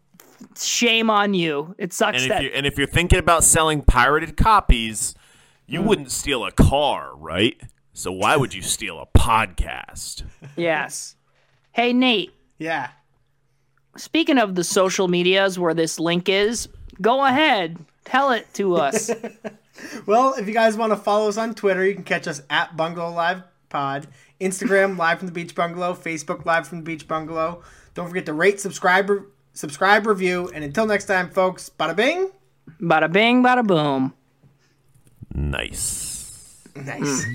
[SPEAKER 1] shame on you. It sucks
[SPEAKER 2] And
[SPEAKER 1] that
[SPEAKER 2] if you and if you're thinking about selling pirated copies, you
[SPEAKER 1] Mm.
[SPEAKER 2] wouldn't steal a car, right? So why would you steal a podcast?
[SPEAKER 1] yes. Hey Nate,
[SPEAKER 3] Yeah.
[SPEAKER 1] Speaking of the social medias where this link is, go ahead. Tell it to us.
[SPEAKER 3] Well, if you guys want to follow us on Twitter, you can catch us at Bungalow Live Pod, Instagram Live from the Beach Bungalow, Facebook Live from the Beach Bungalow. Don't forget to rate, subscribe, re- subscribe, review, and until next time, folks. Bada bing.
[SPEAKER 1] bada bing, bada boom.
[SPEAKER 2] Nice.
[SPEAKER 3] Nice.